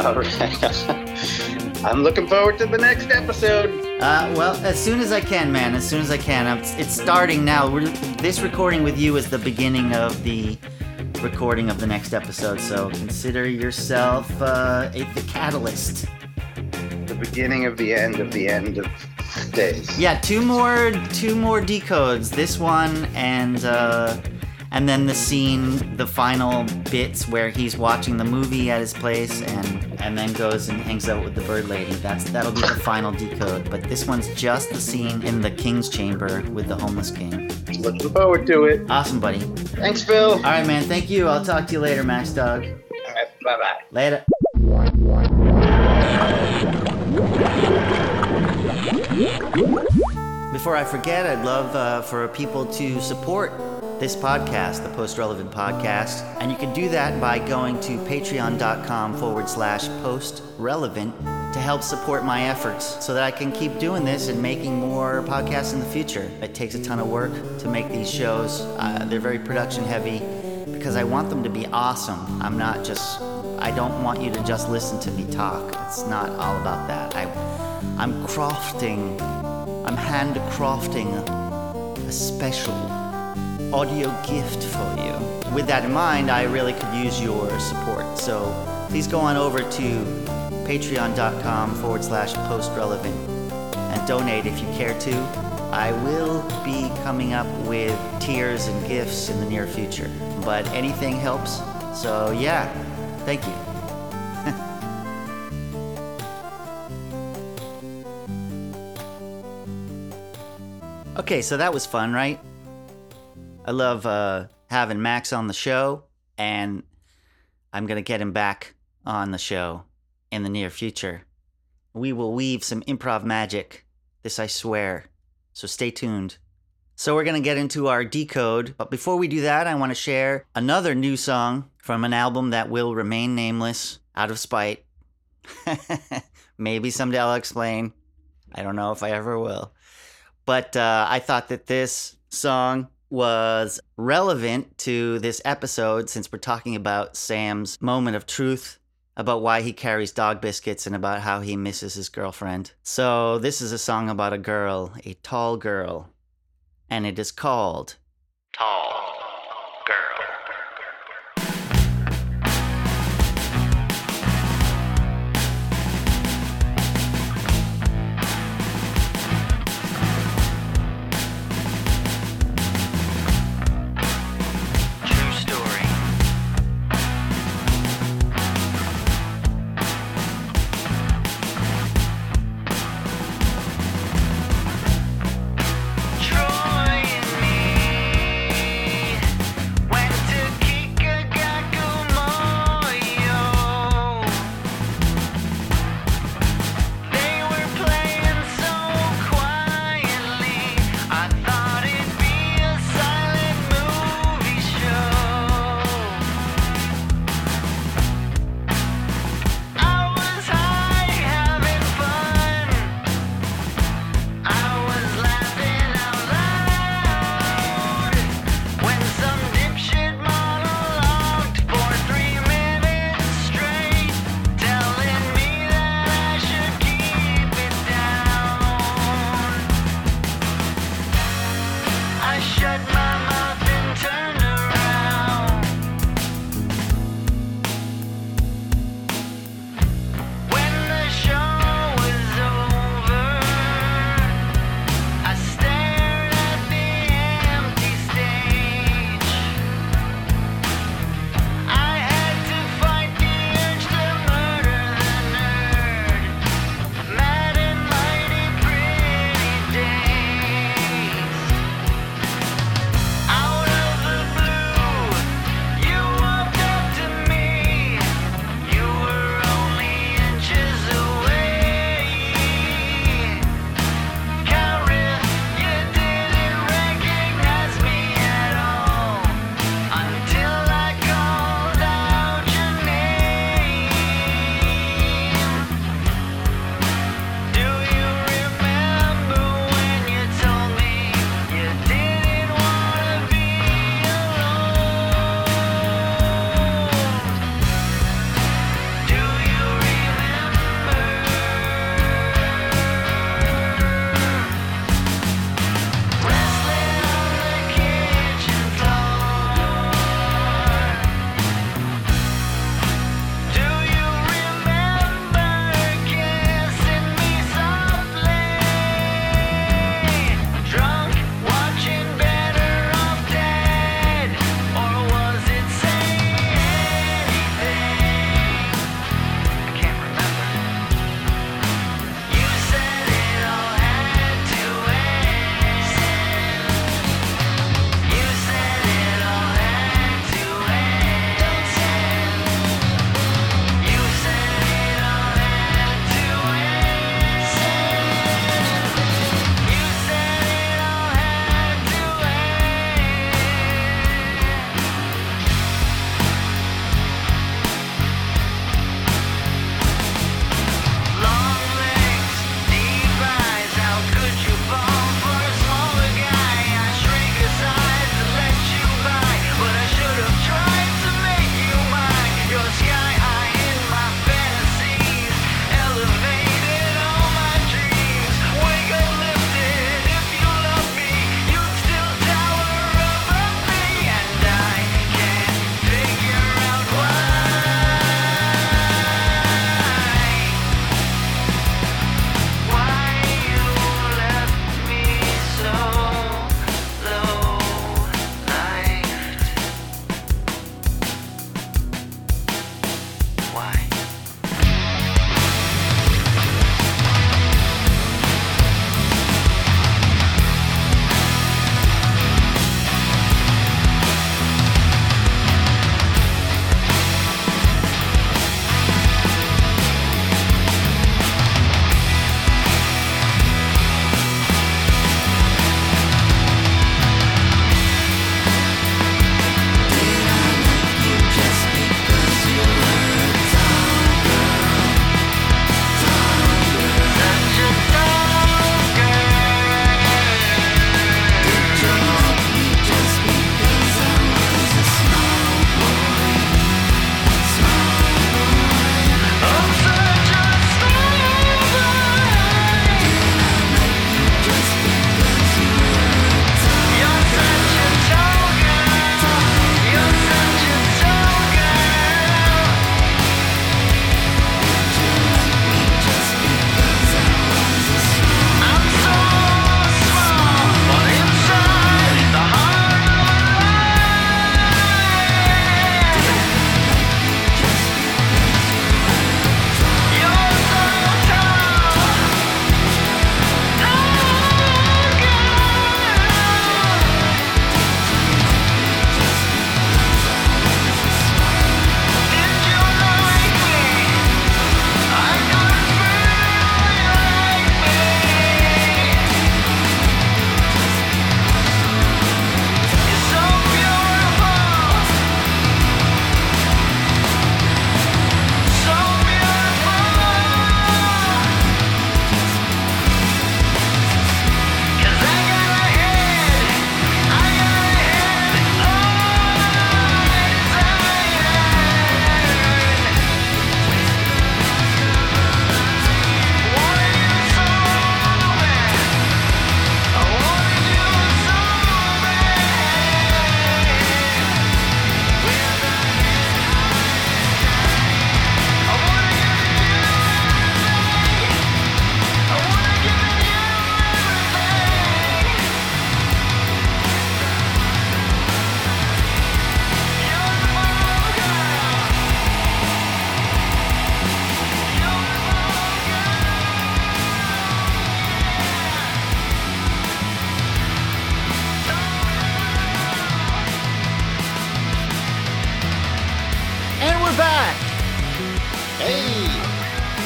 All right. I'm looking forward to the next episode.
Uh, well, as soon as I can, man. As soon as I can. I'm, it's starting now. We're, this recording with you is the beginning of the recording of the next episode. So consider yourself uh, a, the catalyst.
The beginning of the end of the end of days.
Yeah, two more, two more decodes. This one and uh, and then the scene, the final bits where he's watching the movie at his place, and and then goes and hangs out with the bird lady. That's that'll be the final decode. But this one's just the scene in the king's chamber with the homeless king.
Looking forward to it.
Awesome, buddy.
Thanks, Phil.
All right, man. Thank you. I'll talk to you later, Max Dog.
bye bye.
Later. Before I forget, I'd love uh, for people to support this podcast, the Post Relevant Podcast. And you can do that by going to patreon.com forward slash post relevant to help support my efforts so that I can keep doing this and making more podcasts in the future. It takes a ton of work to make these shows, uh, they're very production heavy because I want them to be awesome. I'm not just I don't want you to just listen to me talk. It's not all about that. I I'm crafting I'm hand crafting a special audio gift for you. With that in mind, I really could use your support. So please go on over to patreon.com forward slash postrelevant. And donate if you care to. I will be coming up with tiers and gifts in the near future, but anything helps. So, yeah, thank you. Okay, so that was fun, right? I love uh, having Max on the show, and I'm going to get him back on the show in the near future. We will weave some improv magic, this I swear. So stay tuned. So we're going to get into our decode, but before we do that, I want to share another new song from an album that will remain nameless out of spite. Maybe someday I'll explain. I don't know if I ever will but uh, I thought that this song was relevant to this episode since we're talking about Sam's moment of truth about why he carries dog biscuits and about how he misses his girlfriend. So, this is a song about a girl, a tall girl, and it is called
Tall girl. True story. Troy and me went to Kikagakumoyo. They were playing so quietly. I thought it'd be a silent movie show. I was high, having fun. I was laughing out loud when some dipshit monologued for three minutes straight, telling me that I should keep it down. I shut my mouth and turned around. When the show was over, I stared at the empty stage. I had to fight the urge to murder the nerd. Mad and mighty pretty days. I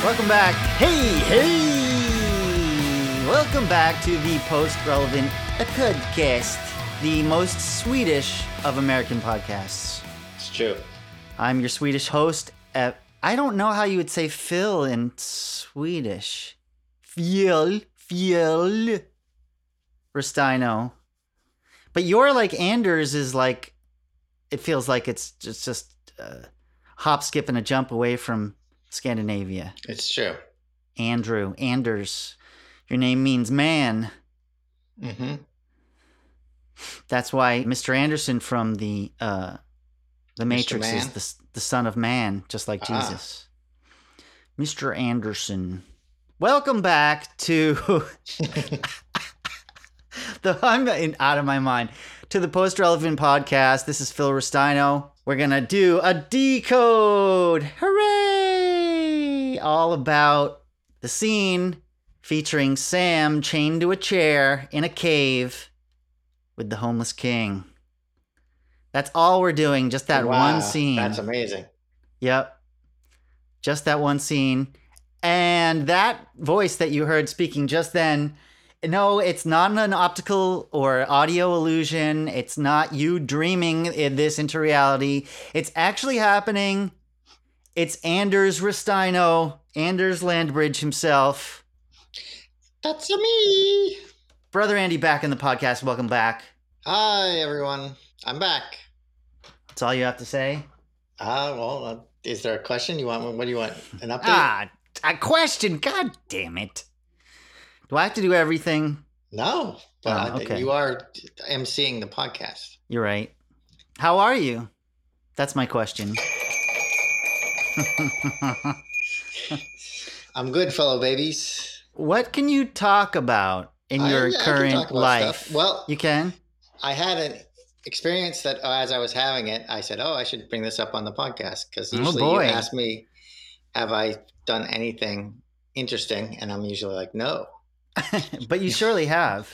Welcome back. Hey, hey! Welcome back to the Post Relevant Podcast, the most Swedish of American podcasts.
It's true.
I'm your Swedish host. Uh, I don't know how you would say Phil in Swedish. Fjell, Fjell, Rustino. But your like Anders is like, it feels like it's just just uh, hop, skip, and a jump away from Scandinavia.
It's true.
Andrew, Anders, your name means man.
Mm-hmm.
That's why Mr. Anderson from the uh, the Matrix is
Man?
the s- the son of man, just like
Ah.
Jesus. Mr. Anderson, welcome back to the I'm in, out of my mind to the post relevant podcast. This is Phil Rustino. We're gonna do a decode, hooray! All about the scene featuring Sam chained to a chair in a cave with the homeless king. That's all we're doing, just that
Wow,
one scene.
That's amazing.
Yep. Just that one scene. And that voice that you heard speaking just then, no, it's not an optical or audio illusion. It's not you dreaming i- this into reality. It's actually happening. It's Anders Rustino, Anders Landbridge himself.
That's a me.
Brother Andy back in the podcast. Welcome back.
Hi, everyone. I'm back.
That's all you have to say.
Ah, well, uh, is there a question you want? What do you want? An update?
Ah, a question. God damn it. Do I have to do everything?
No, but
Ah,
I-
okay.
you are emceeing the podcast.
You're right. How are you? That's my question.
I'm good, fellow babies.
what can you talk about in
I-
your
I can talk
current
about
life?
stuff. Well-
you can.
I had an experience that uh, as I was having it, I said, "Oh, I should bring this up on the podcast because
Oh,
usually
boy.
you ask me, have I done anything interesting?" And I'm usually like, "No."
but you surely have.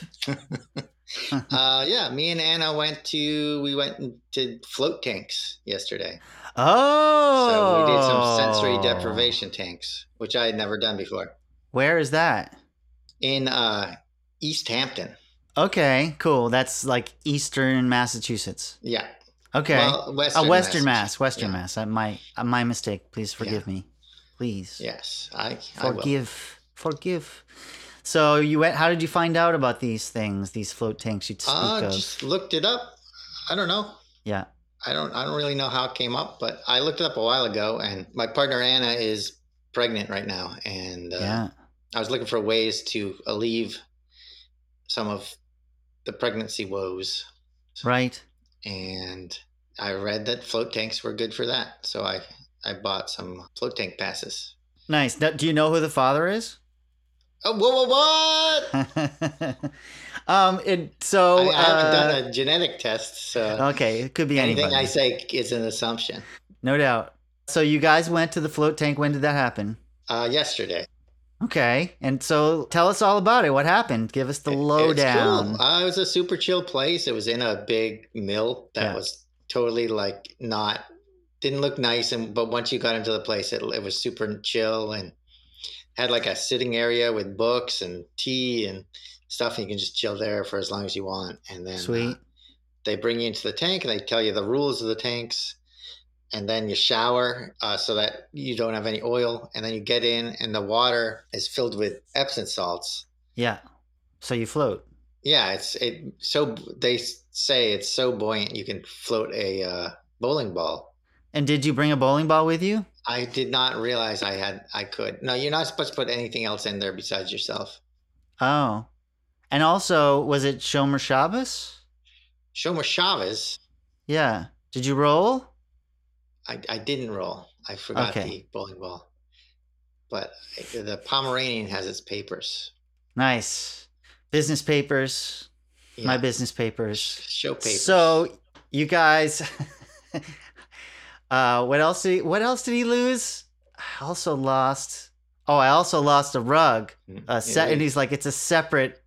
uh, yeah, me and Anna went to we went and did float tanks yesterday,
Oh.
so we did some sensory deprivation tanks, which I had never done before
Where is that?
in uh, East Hampton.
Okay, cool. That's like Eastern Massachusetts.
Yeah,
Okay.
well,
a
Western,
Western
Mass.
Mass, Western
Yeah.
Mass. I, my uh, my mistake. Please forgive me. Please.
Yes, I, I will.
Forgive. Forgive. So you went how did you find out about these things, these float tanks you speak
Uh,
of?
just looked it up. I don't know.
Yeah.
I don't. I don't really know how it came up, but I looked it up a while ago, and my partner Anna is pregnant right now, and uh,
yeah.
I was looking for ways to alleviate some of the pregnancy woes,
Right.
and I read that float tanks were good for that, so I I bought some float tank passes.
Nice. Now, do you know who the father is?
Oh, whoa, whoa, what?
um it so
I haven't
uh,
done a genetic test, so
Okay, it could be
anything
anybody.
I say is an assumption.
No doubt. So you guys went to the float tank. When did that happen?
Uh, yesterday.
Okay. And so tell us all about it. What happened? Give us the
It- it's
lowdown.
Cool. Uh, it was a super chill place. It was in a big mill that
Yeah.
was totally like not didn't look nice, and but once you got into the place, it it was super chill and had like a sitting area with books and tea and stuff. And you can just chill there for as long as you want, and then uh,
Sweet.
they bring you into the tank and they tell you the rules of the tanks and then you shower uh, so that you don't have any oil and then you get in and the water is filled with epsom salts
Yeah. So you float.
yeah, it's it so they say it's so buoyant you can float a uh, bowling ball.
And did you bring a bowling ball with you?
I did not realize I had I could. No, you're not supposed to put anything else in there besides yourself.
Oh. And also, was it Shomer Shabbos?
Shomer Chavez,
Yeah. Did you roll?
I, I didn't roll. I forgot
Okay.
the bowling ball. But the Pomeranian has its papers.
Nice. Business papers. My business papers.
show papers.
So you guys, uh, what else? Did he, what else did he lose? I also lost. Oh, I also lost a rug. uh, A se-
yeah,
and he's like, it's a separate,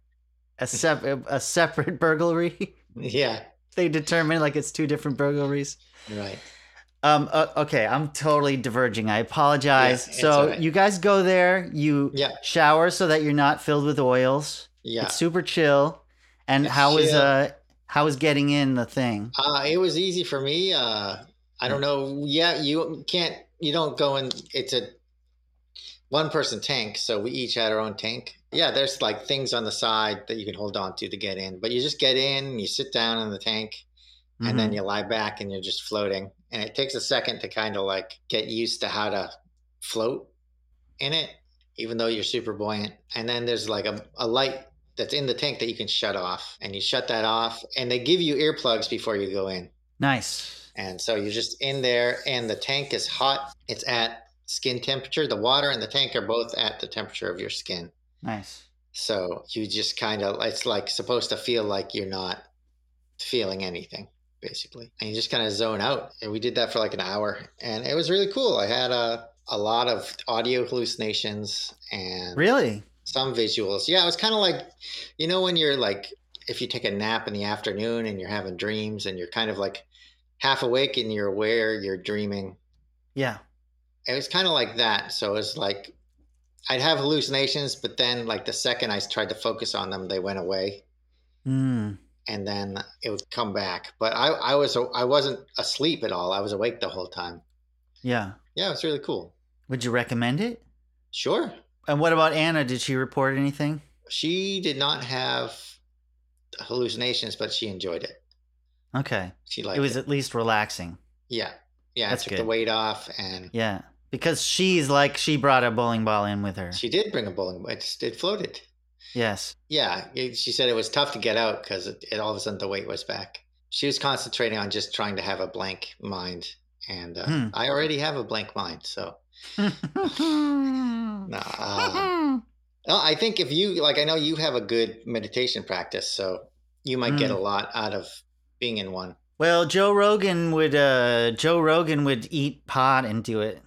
a separate, a separate burglary.
yeah,
they determine like it's two different burglaries.
right.
Um, uh, okay, I'm totally diverging. I apologize.
Yeah, it's all
so
right.
you guys go there. You
Yeah.
shower so that you're not filled with oils.
Yeah.
It's super chill. And
It's
how is
chill.
uh how is getting in the thing?
Uh, it was easy for me. Uh, I don't know. Yeah, you can't. You don't go in. It's a one-person tank, so we each had our own tank. Yeah, there's like things on the side that you can hold on to to get in, but you just get in, you sit down in the tank, and then you lie back and you're just floating. And it takes a second to kind of like get used to how to float in it, even though you're super buoyant. And then there's like a, a light that's in the tank that you can shut off, and you shut that off, and they give you earplugs before you go in.
Nice.
And so you're just in there, and the tank is hot. It's at skin temperature. The water and the tank are both at the temperature of your skin.
Nice.
So you just kind of, it's like supposed to feel like you're not feeling anything, basically. And you just kind of zone out. And we did that for like an hour. And it was really cool. I had a, a lot of audio hallucinations and
Really?
some visuals. Yeah, it was kind of like, you know, when you're like, if you take a nap in the afternoon and you're having dreams and you're kind of like half awake and you're aware you're dreaming.
Yeah.
It was kind of like that. So it was like, I'd have hallucinations, but then like the second I tried to focus on them, they went away
Mm.
and then it would come back. But I, I was, I wasn't asleep at all. I was awake the whole time.
Yeah.
Yeah, it was really cool.
Would you recommend it?
Sure.
And what about Anna? Did she report anything?
She did not have hallucinations, but she enjoyed it.
Okay.
She liked
it was at least relaxing.
Yeah. Yeah.
That's
took the
good.
weight off and
Yeah. Because she's like she brought a bowling ball in with her.
she did bring a bowling ball. It, just- it floated.
yes.
Yeah. it- she said it was tough to get out because it, it all of a sudden the weight was back. She was concentrating on just trying to have a blank mind. And uh,
Hmm.
I already have a blank mind. So,
yeah.
nah, uh, no, I think if you like, I know you have a good meditation practice. So you might
Mm.
get a lot out of being in one.
Well, Joe Rogan would uh Joe Rogan would eat pot and do it.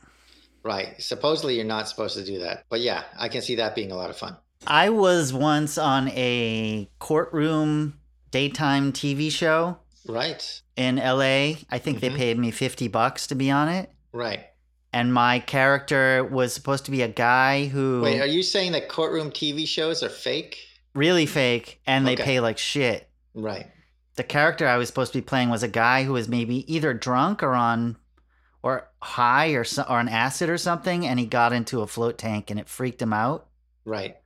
Right. Supposedly you're not supposed to do that. But yeah, I can see that being a lot of fun.
I was once on a courtroom daytime TV show
Right.
in LA. I think they
Mhm.
paid me 50 bucks to be on it.
Right.
And my character was supposed to be a guy who
Wait, are you saying that courtroom TV shows are fake?
really fake and they
Okay.
pay like shit.
Right.
The character I was supposed to be playing was a guy who was maybe either drunk or on or high or so, or on acid or something and he got into a float tank and it freaked him out.
Right.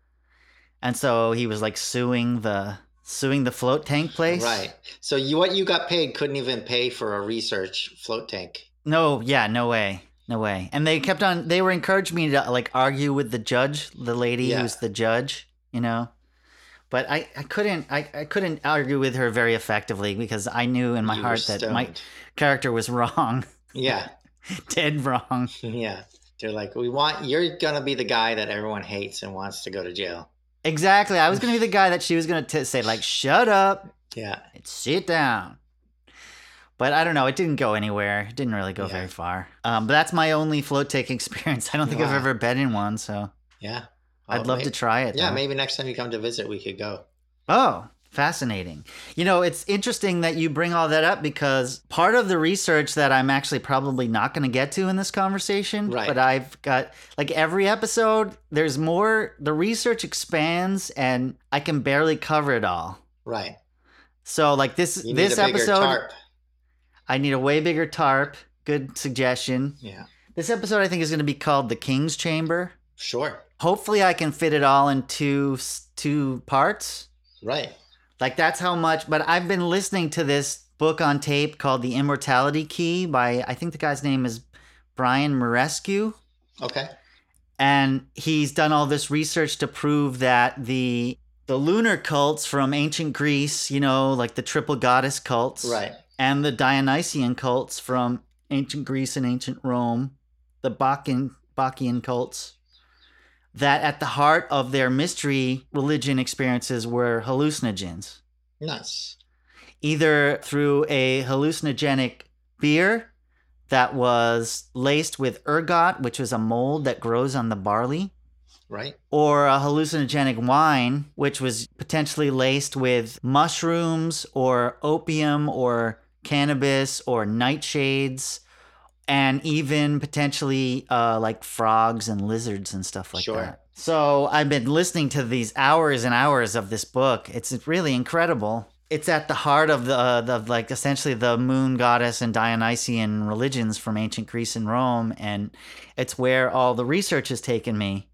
And so he was like suing the suing the float tank place.
Right. So you what you got paid couldn't even pay for a research float tank.
No, yeah, no way. No way. And they kept on they were encouraging me to like argue with the judge, the lady
Yeah.
who's the judge, you know. But I, I couldn't I, I couldn't argue with her very effectively because I knew in my
You were
heart that my
stoned.
character was wrong,
Yeah.
dead wrong.
Yeah. They're like, we want you're gonna be the guy that everyone hates and wants to go to jail.
Exactly. I was going to be the guy that she was going to say like shut up
Yeah.
and sit down. But I don't know, it didn't go anywhere. It didn't really go
Yeah.
very far. Um, but that's my only float tank experience. I don't think I've
Wow.
ever been in one, so
Yeah.
I'd love to try it.
Yeah,
though.
maybe next time you come to visit we could go.
Oh, fascinating. You know, it's interesting that you bring all that up because part of the research that I'm actually probably not going to get to in this conversation,
Right.
but I've got like every episode, there's more, the research expands and I can barely cover it all.
Right.
So, like this
You
this
need a bigger
episode,
tarp.
I need a way bigger tarp. Good suggestion.
Yeah.
This episode, I think, is going to be called The King's Chamber.
Sure.
Hopefully, I can fit it all in two s- two parts.
Right.
Like that's how much. But I've been listening to this book on tape called The Immortality Key by I think the guy's name is Brian Marescu,
Okay.
and he's done all this research to prove that the the lunar cults from ancient Greece, you know, like the triple goddess cults,
Right.
and the Dionysian cults from ancient Greece and ancient Rome, the Bacchian, Bacchian cults, that at the heart of their mystery religion experiences were hallucinogens,
Nice.
either through a hallucinogenic beer that was laced with ergot, which was a mold that grows on the barley,
Right.
or a hallucinogenic wine, which was potentially laced with mushrooms or opium or cannabis or nightshades and even potentially uh, like frogs and lizards and stuff like
Sure.
that. So I've been listening to these hours and hours of this book. It's really incredible. It's at the heart of the, uh, the like essentially the moon goddess and Dionysian religions from ancient Greece and Rome, and it's where all the research has taken me.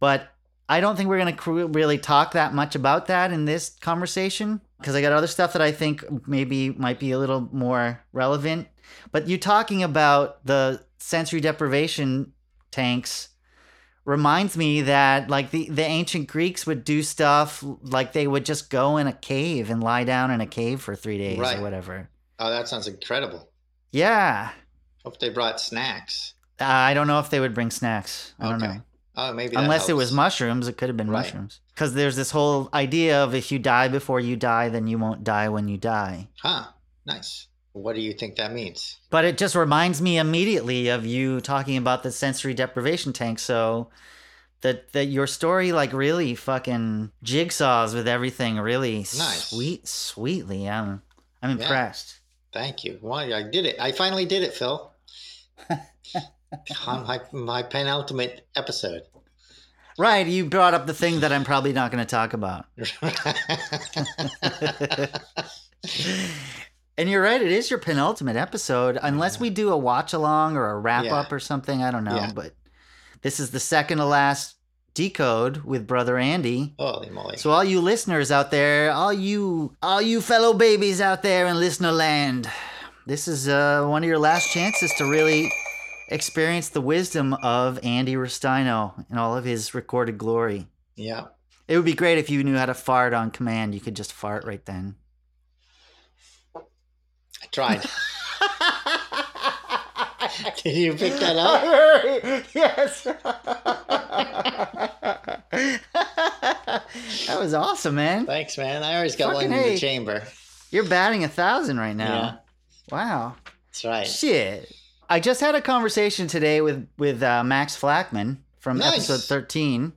But I don't think we're going to cr- really talk that much about that in this conversation because I got other stuff that I think maybe might be a little more relevant. But you talking about the sensory deprivation tanks reminds me that like the, the ancient Greeks would do stuff like they would just go in a cave and lie down in a cave for three days
Right.
or whatever.
Oh, that sounds incredible.
Yeah.
Hope they brought snacks.
Uh, I don't know if they would bring snacks. I don't
Okay.
know.
Oh, maybe that
Unless it
helps.
was mushrooms, it could have been
Right.
mushrooms. Because there's this whole idea of if you die before you die, then you won't die when you die.
Huh. Nice. What do you think that means?
But it just reminds me immediately of you talking about the sensory deprivation tank. So that that your story like really fucking jigsaws with everything really
Nice.
sweet sweetly. Um I'm
Yeah.
impressed.
Thank you. Well, I did it. I finally did it, Phil. On my my penultimate episode.
Right, you brought up the thing that I'm probably not going to talk about. and you're right, it is your penultimate episode, unless we do a watch along or a wrap
Yeah.
up or something. I don't know,
Yeah.
but this is the second to last decode with brother Andy.
Holy moly!
So all you listeners out there, all you all you fellow babies out there in listener land, this is uh, one of your last chances to really experience the wisdom of Andy Rustino and all of his recorded glory.
yeah.
It would be great if you knew how to fart on command. You could just fart right then.
I tried. Did you pick that up?
yes. that was awesome, man.
Thanks, man. I always got
Fucking
one in
hey.
the chamber.
You're batting a thousand right now. Wow.
That's right.
Shit. I just had a conversation today with with uh, Max Flackman from
Nice.
episode 13,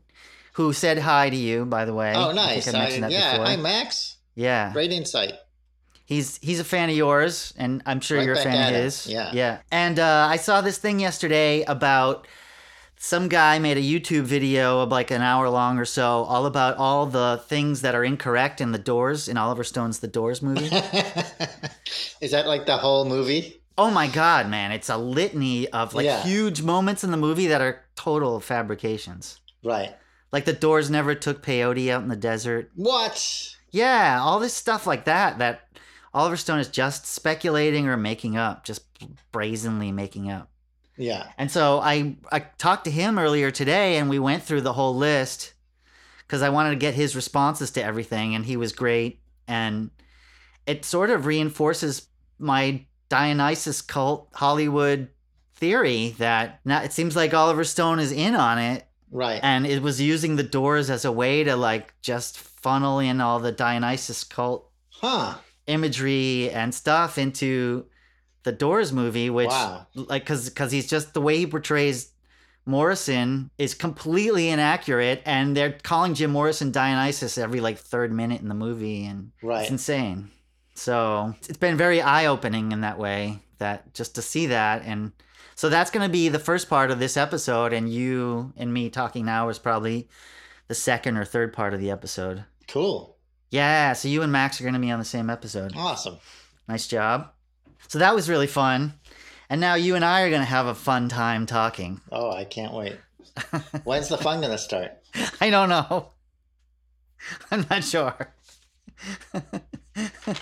who said hi to you, by the way.
Oh,
I
nice.
think I mentioned
I-
that
yeah.
before.
Hi, Max.
yeah.
Great insight.
He's he's a fan of yours, and I'm sure
Right
you're a
back
fan
at
of
him.
his.
Yeah.
Yeah. And uh, I saw this thing yesterday about some guy made a YouTube video of like an hour long or so, all about all the things that are incorrect in the Doors in Oliver Stone's The Doors movie.
Is that like the whole movie?
Oh my god, man! It's a litany of like
Yeah.
huge moments in the movie that are total fabrications.
Right.
Like the Doors never took peyote out in the desert.
What?
Yeah, all this stuff like that that Oliver Stone is just speculating or making up, just brazenly making up.
Yeah.
And so I I talked to him earlier today, and we went through the whole list because I wanted to get his responses to everything, and he was great. And it sort of reinforces my Dionysus cult Hollywood theory that now it seems like Oliver Stone is in on it,
Right.
and it was using the doors as a way to like just funnel in all the Dionysus cult
Huh.
imagery and stuff into the Doors movie, which
Wow.
like because because he's just the way he portrays Morrison is completely inaccurate, and they're calling Jim Morrison Dionysus every like third minute in the movie, and
Right.
it's insane. So it's been very eye opening in that way that just to see that and. So that's going to be the first part of this episode, and you and me talking now is probably the second or third part of the episode.
Cool.
Yeah, so you and Max are going to be on the same episode.
Awesome.
Nice job. So that was really fun. And now you and I are going to have a fun time talking.
Oh, I can't wait. When's the fun gonna start?
I don't know. I'm not sure.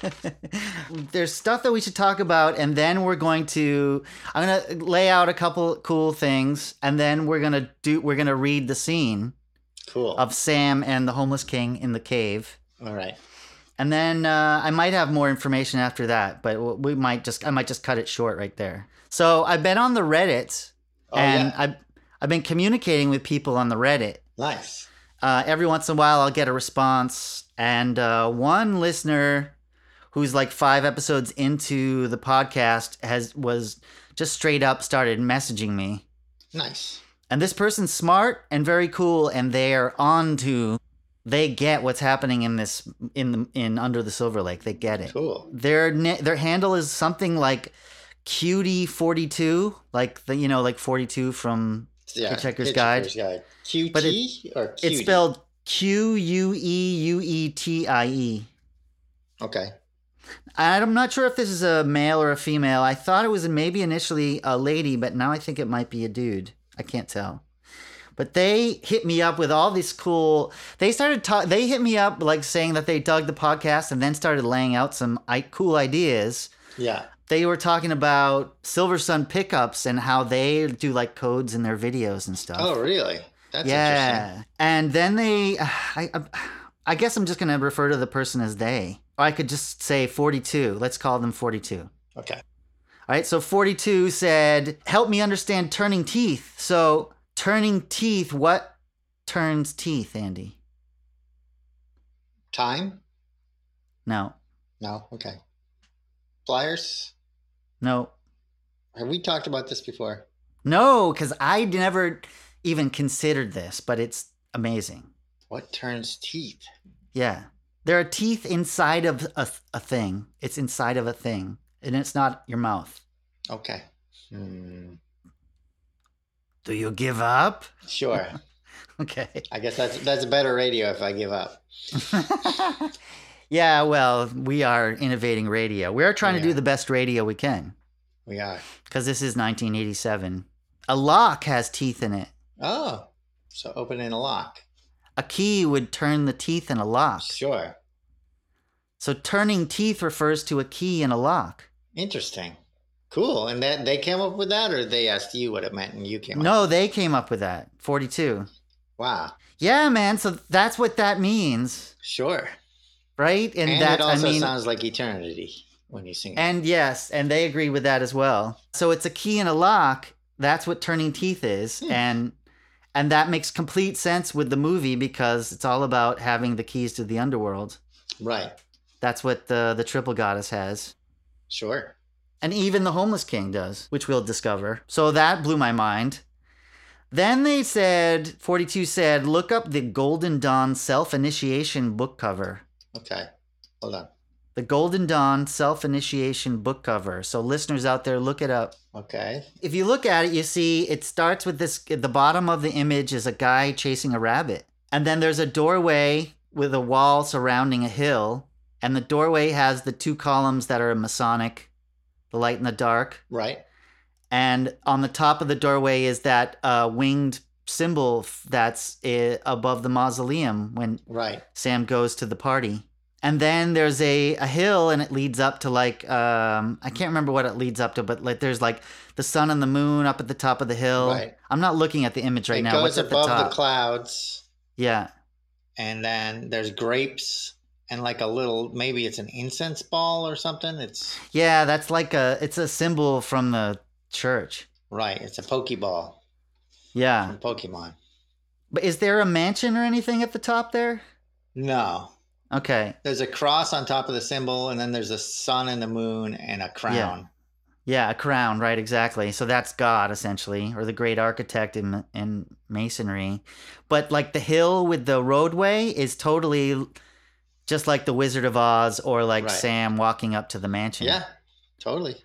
There's stuff that we should talk about, and then we're going to. I'm going to lay out a couple cool things, and then we're going to do. We're going to read the scene
Cool.
of Sam and the homeless king in the cave,
All right.
and then uh, I might have more information after that. But w- we might just. I might just cut it short right there. So I've been on the Reddit.
Oh
and
yeah.
I've, I've been communicating with people on the Reddit.
Nice.
Uh, every once in a while, I'll get a response. And uh, one listener who's like five episodes into the podcast has was just straight up started messaging me.
Nice.
And this person's smart and very cool, and they are on to they get what's happening in this in the in under the silver lake. They get it.
Cool.
Their ne- their handle is something like Cutie 42, like the you know, like 42 from
Yeah,
Hitchhiker's Guide.
QT
But
or QT?
it's spelled Q U E U E T I E.
Okay.
I'm not sure if this is a male or a female. I thought it was maybe initially a lady, but now I think it might be a dude. I can't tell. But they hit me up with all this cool. They started talk. They hit me up like saying that they dug the podcast and then started laying out some I- cool ideas.
Yeah.
They were talking about Silver Sun pickups and how they do like codes in their videos and stuff.
Oh, really? That's interesting.
yeah. And then they, I, I, I guess I'm just gonna refer to the person as they. Or I could just say 42. Let's call them 42.
Okay.
All right, so 42 said, Help me understand turning teeth. So, turning teeth, what turns teeth, Andy?
Time?
No,
No. Okay. Pliers?
no,
Have we talked about this before?
no, because I never even considered this, but it's amazing.
What turns teeth?
Yeah. There are teeth inside of a, a thing, it's inside of a thing, and it's not your mouth.
Okay. Hmm.
Do you give up?
Sure.
Okay.
I guess that's that's better radio if I give up.
yeah, well, we are innovating radio. We are trying to do
Yeah.
the best radio we can.
We are.
because this is 1987. A lock has teeth in it.
Oh, so opening a lock.
A key would turn the teeth in a lock.
Sure.
So turning teeth refers to a key in a lock.
Interesting. Cool. And that they came up with that, or they asked you what it meant, and you came up.
No, they came up with that. 42.
Wow.
Yeah, man. So that's what that means,
Sure.
right?
And,
that
it also
I mean,
sounds like eternity when you sing. it.
and yes, and they agree with that as well. So it's a key in a lock. That's what turning teeth is,
Hmm.
and and that makes complete sense with the movie because it's all about having the keys to the underworld.
right.
That's what the the triple goddess has.
Sure.
And even the homeless king does, which we'll discover. So that blew my mind. Then they said, 42 said, look up the Golden Dawn self initiation book cover.
Okay. Hold on.
The Golden Dawn self initiation book cover. So, listeners out there, look it up.
Okay.
If you look at it, you see it starts with this at the bottom of the image is a guy chasing a rabbit. And then there's a doorway with a wall surrounding a hill. And the doorway has the two columns that are Masonic the light and the dark.
Right.
and on the top of the doorway is that uh, winged symbol f- that's uh, above the mausoleum when
Right.
Sam goes to the party. And then there's a, a hill and it leads up to like um, I can't remember what it leads up to, but like there's like the sun and the moon up at the top of the hill.
Right.
I'm not looking at the image right
it
now.
goes
What's at
above
the top?
clouds,
yeah.
and then there's grapes and like a little maybe it's an incense ball or something. It's
Yeah, that's like a it's a symbol from the church.
right. It's a pokeball
Yeah.
from Pokemon.
But is there a mansion or anything at the top there?
No,
Okay.
there's a cross on top of the symbol, and then there's a sun and the moon and a crown.
Yeah, a crown, right? Exactly. So that's God, essentially, or the great architect in in masonry. But like the hill with the roadway is totally just like the Wizard of Oz, or like
Right.
Sam walking up to the mansion.
Yeah, totally.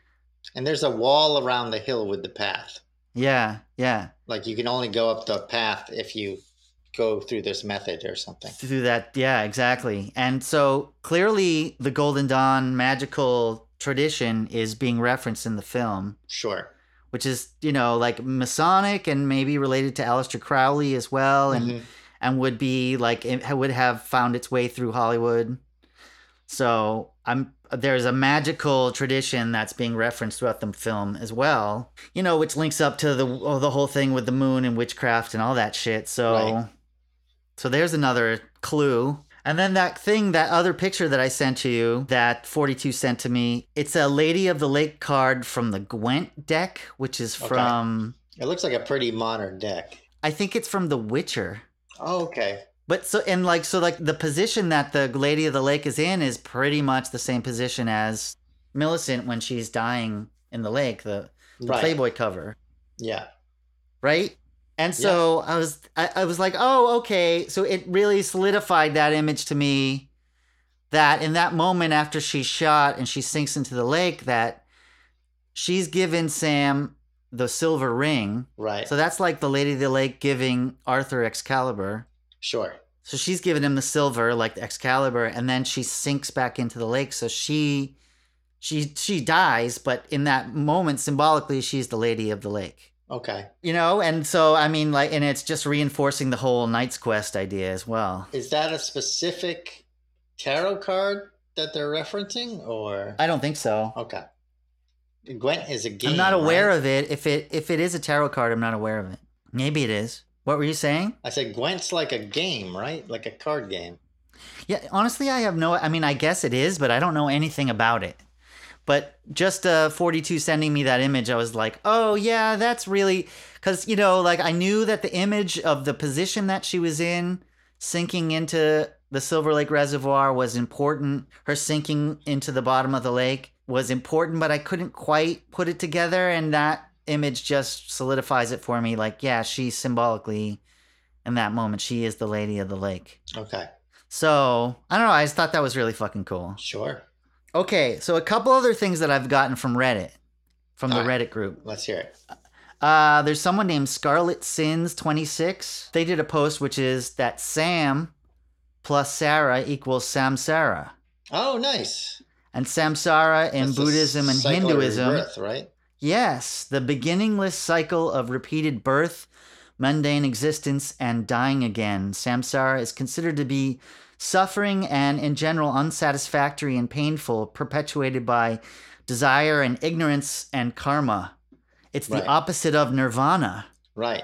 And there's a wall around the hill with the path.
yeah, yeah.
Like you can only go up the path if you go through this method or something.
Through that, yeah, exactly. And so clearly, the Golden Dawn magical tradition is being referenced in the film.
Sure.
Which is, you know, like Masonic and maybe related to Aleister Crowley as well, and
Mhm.
and would be like it would have found its way through Hollywood. So I'm there's a magical tradition that's being referenced throughout the film as well. You know, which links up to the oh, the whole thing with the moon and witchcraft and all that shit. So
Right.
so there's another clue. And then that thing, that other picture that I sent to you, that 42 sent to me, it's a Lady of the Lake card from the Gwent deck, which is
Okay.
from,
It looks like a pretty modern deck.
I think it's from The Witcher.
Oh, okay.
But so and like so like the position that the Lady of the Lake is in is pretty much the same position as Millicent when she's dying in the lake, the, the
Right.
Playboy cover,
Yeah.
right? And so I was I, I was like, oh, okay. So it really solidified that image to me that in that moment after she's shot and she sinks into the lake that she's given Sam the silver ring.
Right.
So that's like the Lady of the Lake giving Arthur Excalibur.
sure.
So she's giving him the silver, like the Excalibur, and then she sinks back into the lake. So she, she, she dies, but in that moment, symbolically, she's the Lady of the Lake.
Okay.
You know, and so I mean, like, and it's just reinforcing the whole Knight's Quest idea as well.
Is that a specific tarot card that they're referencing, or
I don't think so.
okay? Gwent is a game.
I'm not aware
right?
of it. If it if it is a tarot card, I'm not aware of it. Maybe it is. What were you saying?
I said Gwent's like a game, right? Like a card game.
Yeah, honestly, I have no. I mean, I guess it is, but I don't know anything about it. But just uh, 42 sending me that image, I was like, oh yeah, that's really because you know, like I knew that the image of the position that she was in, sinking into the Silver Lake Reservoir, was important. Her sinking into the bottom of the lake was important, but I couldn't quite put it together, and that image just solidifies it for me. Like, yeah, she symbolically, in that moment, she is the lady of the lake.
Okay,
So I don't know. I just thought that was really fucking cool.
sure.
Okay, so a couple other things that I've gotten from Reddit, from the
All right.
Reddit group.
Let's hear it.
Uh, there's someone named Scarlet Sins 26. They did a post which is that Sam plus Sarah equals Samsara,
Oh, nice.
and Samsara in
That's the
Buddhism and
cycle of
Hinduism.
rebirth, right?
Yes, the beginningless cycle of repeated birth, mundane existence, and dying again. Samsara is considered to be suffering and, in general, unsatisfactory and painful, perpetuated by desire and ignorance and karma. It's the
Right.
opposite of nirvana.
Right.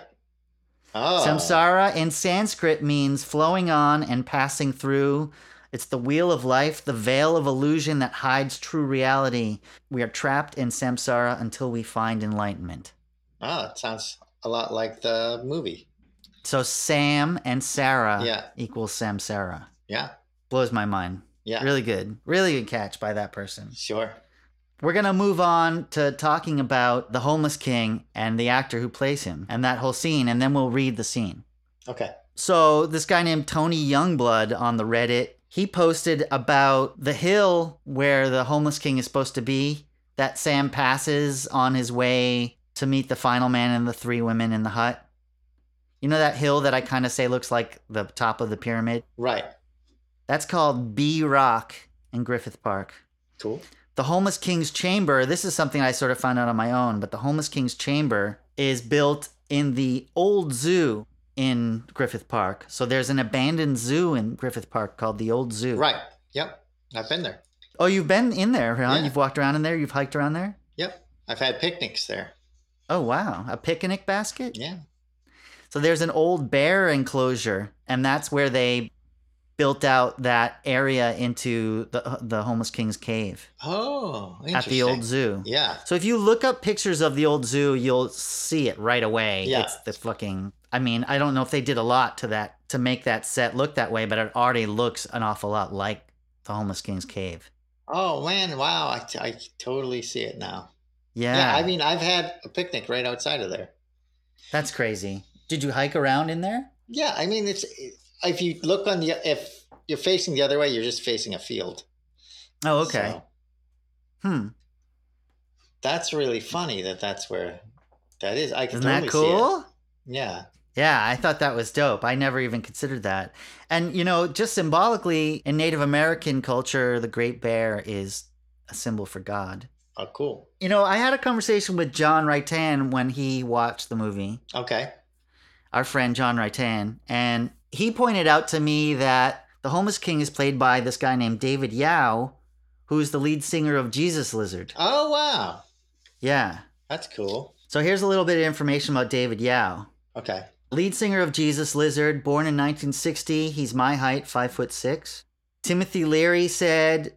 Oh,
Samsara in Sanskrit means flowing on and passing through. It's the wheel of life, the veil of illusion that hides true reality. We are trapped in samsara until we find enlightenment.
Oh, it sounds a lot like the movie.
So Sam and Sarah
Yeah.
equals samsara.
Yeah.
Blows my mind.
Yeah.
Really good. Really good catch by that person.
Sure.
We're going to move on to talking about the homeless king and the actor who plays him and that whole scene, and then we'll read the scene.
Okay.
So this guy named Tony Youngblood on the Reddit, he posted about the hill where the homeless king is supposed to be that Sam passes on his way to meet the final man and the three women in the hut. You know that hill that I kind of say looks like the top of the pyramid?
Right.
That's called B Rock in Griffith Park.
Cool.
The homeless king's chamber, this is something I sort of found out on my own, but the homeless king's chamber is built in the old zoo in Griffith Park. So there's an abandoned zoo in Griffith Park called the Old Zoo.
Right. Yep. I've been there.
Oh, you've been in there, huh?
Yeah.
You've walked around in there, you've hiked around there?
Yep. I've had picnics there.
Oh, wow. A picnic basket?
Yeah.
So there's an old bear enclosure, and that's where they built out that area into the, the homeless king's cave
Oh, interesting.
at the old zoo.
Yeah.
So if you look up pictures of the old zoo, you'll see it right away.
Yeah.
It's the fucking I mean, I don't know if they did a lot to that to make that set look that way, but it already looks an awful lot like the homeless king's cave.
Oh man, wow! I, I totally see it now.
Yeah.
Yeah. I mean, I've had a picnic right outside of there.
that's crazy. Did you hike around in there?
Yeah, I mean, it's if you look on the if you're facing the other way, you're just facing a field.
Oh, okay.
So
hmm.
that's really funny that that's where that is. I can
Isn't
totally
that
see
cool?
it. Yeah.
Yeah, I thought that was dope. I never even considered that. And, you know, just symbolically, in Native American culture, the Great Bear is a symbol for God.
Oh, cool.
You know, I had a conversation with John Raitan when he watched the movie,
Okay.
our friend John Raitan, and he pointed out to me that the homeless king is played by this guy named David Yao, who's the lead singer of Jesus Lizard.
Oh wow,
Yeah.
that's cool.
So here's a little bit of information about David Yao.
Okay.
Lead singer of Jesus Lizard, born in 1960, he's my height, five foot six. Timothy Leary said,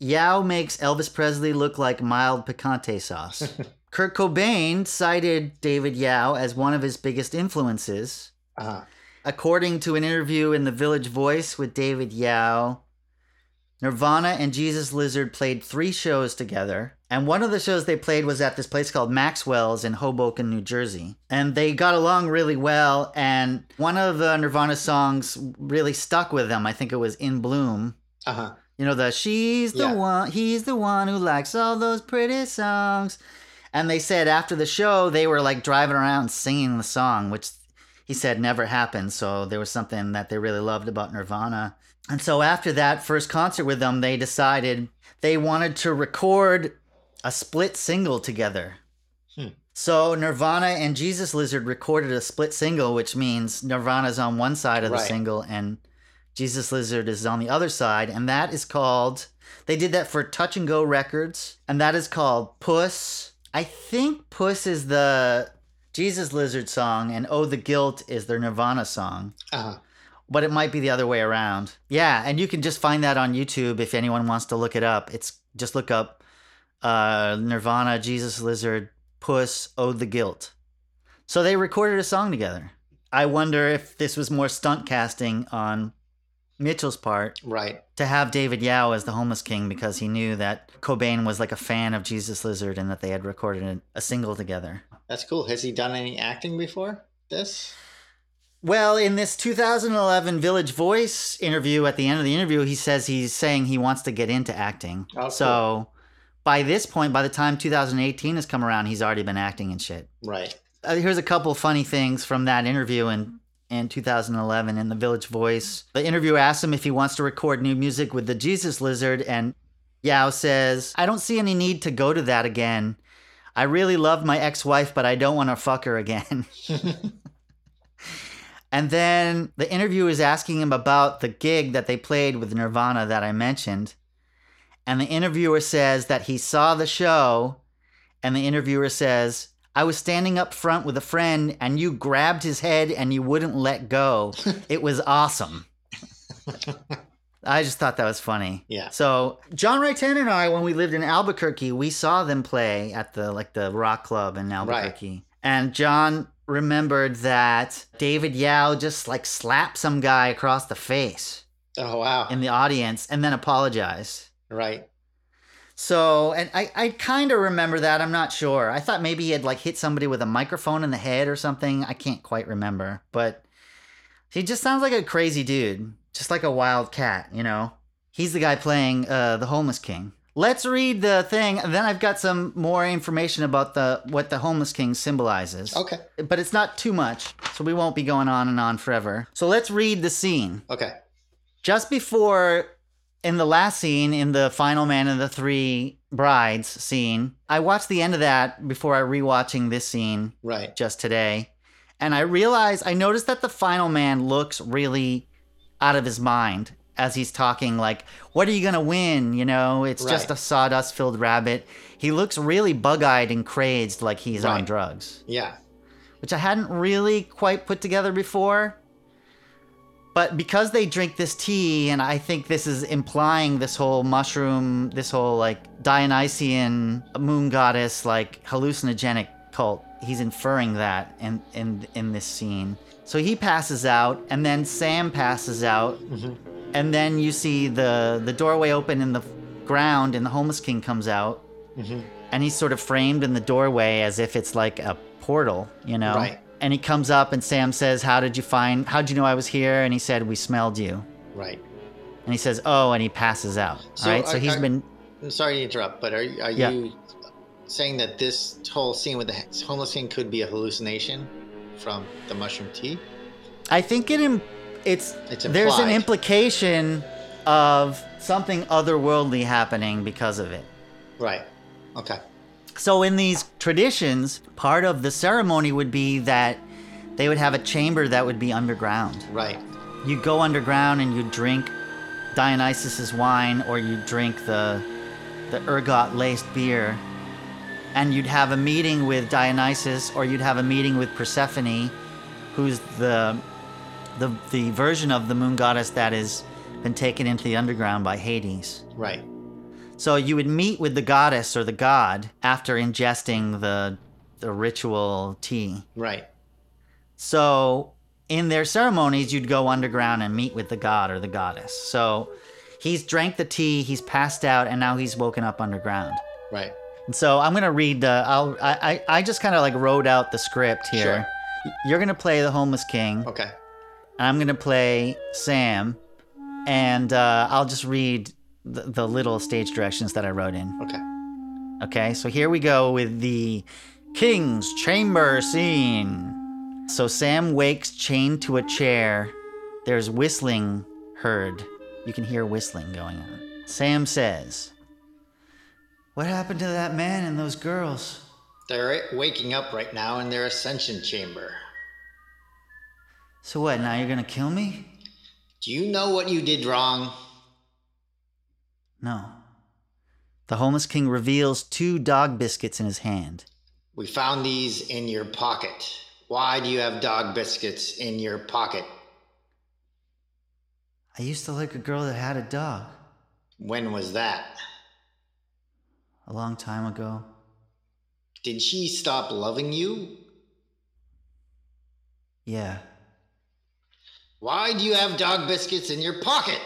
"Yao makes Elvis Presley look like mild picante sauce." Kurt Cobain cited David Yao as one of his biggest influences,
Uh huh.
according to an interview in the Village Voice with David Yao. Nirvana and Jesus Lizard played three shows together, and one of the shows they played was at this place called Maxwell's in Hoboken, New Jersey. And they got along really well, and one of the Nirvana songs really stuck with them. I think it was In Bloom.
Uh huh.
You know the she's the
Yeah.
one, he's the one who likes all those pretty songs. And they said after the show they were like driving around singing the song, which he said never happened. So there was something that they really loved about Nirvana. And so after that first concert with them, they decided they wanted to record a split single together.
Hmm.
So Nirvana and Jesus Lizard recorded a split single, which means Nirvana's on one side of the
Right.
single and Jesus Lizard is on the other side, and that is called. They did that for Touch and Go Records, and that is called Puss. I think Puss is the Jesus Lizard song, and Oh the Guilt is their Nirvana song,
Uh-huh.
but it might be the other way around. Yeah, and you can just find that on YouTube if anyone wants to look it up. It's just look up uh, Nirvana, Jesus Lizard, Puss, Oh the Guilt. So they recorded a song together. I wonder if this was more stunt casting on Mitchell's part
Right.
to have David Yao as the homeless king because he knew that Cobain was like a fan of Jesus Lizard and that they had recorded a- a single together.
That's cool. Has he done any acting before this?
Well, in this 2011 Village Voice interview, at the end of the interview, he says he's saying he wants to get into acting.
Oh,
so by this point, by the time 2018 has come around, he's already been acting and shit.
Right.
uh, here's a couple funny things from that interview in in 2011 in the Village Voice. The interviewer asks him if he wants to record new music with the Jesus Lizard, and Yao says, "I don't see any need to go to that again. I really love my ex-wife, but I don't want to fuck her again." And then the interviewer is asking him about the gig that they played with Nirvana that I mentioned. And the interviewer says that he saw the show. And the interviewer says, I was standing up front with a friend and you grabbed his head and you wouldn't let go. it was awesome. I just thought that was funny.
Yeah.
So John Ray Tan and I, when we lived in Albuquerque, we saw them play at the like the rock club in Albuquerque. And John remembered that David Yao just like slapped some guy across the face
Oh wow.
in the audience and then apologized.
right.
So, and I, I kind of remember that. I'm not sure. I thought maybe he had like hit somebody with a microphone in the head or something. I can't quite remember, but he just sounds like a crazy dude, just like a wild cat, you know? He's the guy playing uh, the homeless king. Let's read the thing. and Then I've got some more information about the what the homeless king symbolizes.
Okay.
But it's not too much, so we won't be going on and on forever. So let's read the scene
Okay.
just before in the last scene in the final man and the three brides scene i watched the end of that before i rewatching this scene
Right.
just today and i realized i noticed that the final man looks really out of his mind as he's talking like what are you gonna win you know it's just
Right.
a sawdust filled rabbit he looks really bug-eyed and crazed like he's on
Right.
drugs
Yeah.
which I hadn't really quite put together before. But because they drink this tea, and I think this is implying this whole mushroom, this whole like Dionysian moon goddess, like hallucinogenic cult, he's inferring that in, in, in this scene. So he passes out, and then Sam passes out,
Mm-hmm.
and then you see the, the doorway open in the ground, and the homeless king comes out
Mm-hmm.
and he's sort of framed in the doorway as if it's like a portal, you know.
Right.
And he comes up and Sam says, "How did you find? How would you know I was here?" And he said, "We smelled you."
Right.
And he says, "Oh," and he passes out.
So
All right. So
I-
he's
I-
been
I'm sorry to interrupt, but are are
Yeah.
you saying that this whole scene with the homeless scene could be a hallucination from the mushroom tea?
I think it Im- it's,
It's
there's an
implied.
implication of something otherworldly happening because of it.
Right. Okay.
So in these traditions, part of the ceremony would be that they would have a chamber that would be underground.
Right.
you go underground and you drink Dionysus's wine or you drink the the ergot laced beer and you'd have a meeting with Dionysus or you'd have a meeting with Persephone who's the the the version of the moon goddess that has been taken into the underground by Hades.
Right.
So you would meet with the goddess or the god after ingesting the the ritual tea.
Right.
So in their ceremonies, you'd go underground and meet with the god or the goddess. So he's drank the tea, he's passed out, and now he's woken up underground.
Right.
And so I'm gonna read the. I'll. I. I, I just kind of like wrote out the script here. You're gonna play the homeless king.
Okay.
and I'm gonna play Sam, and uh, I'll just read the, the little stage directions that I wrote in.
Okay.
Okay, so here we go with the King's Chamber scene. So Sam wakes chained to a chair. There's whistling heard. You can hear whistling going on. Sam says, What happened to that man and those girls?
They're waking up right now in their ascension chamber.
So what, now you're gonna kill me?
Do you know what you did wrong?
No. The homeless king reveals two dog biscuits in his hand.
We found these in your pocket. Why do you have dog biscuits in your pocket?
I used to like a girl that had a dog
When was that?
a long time ago.
Did she stop loving you?
Yeah,
Why do you have dog biscuits in your pocket?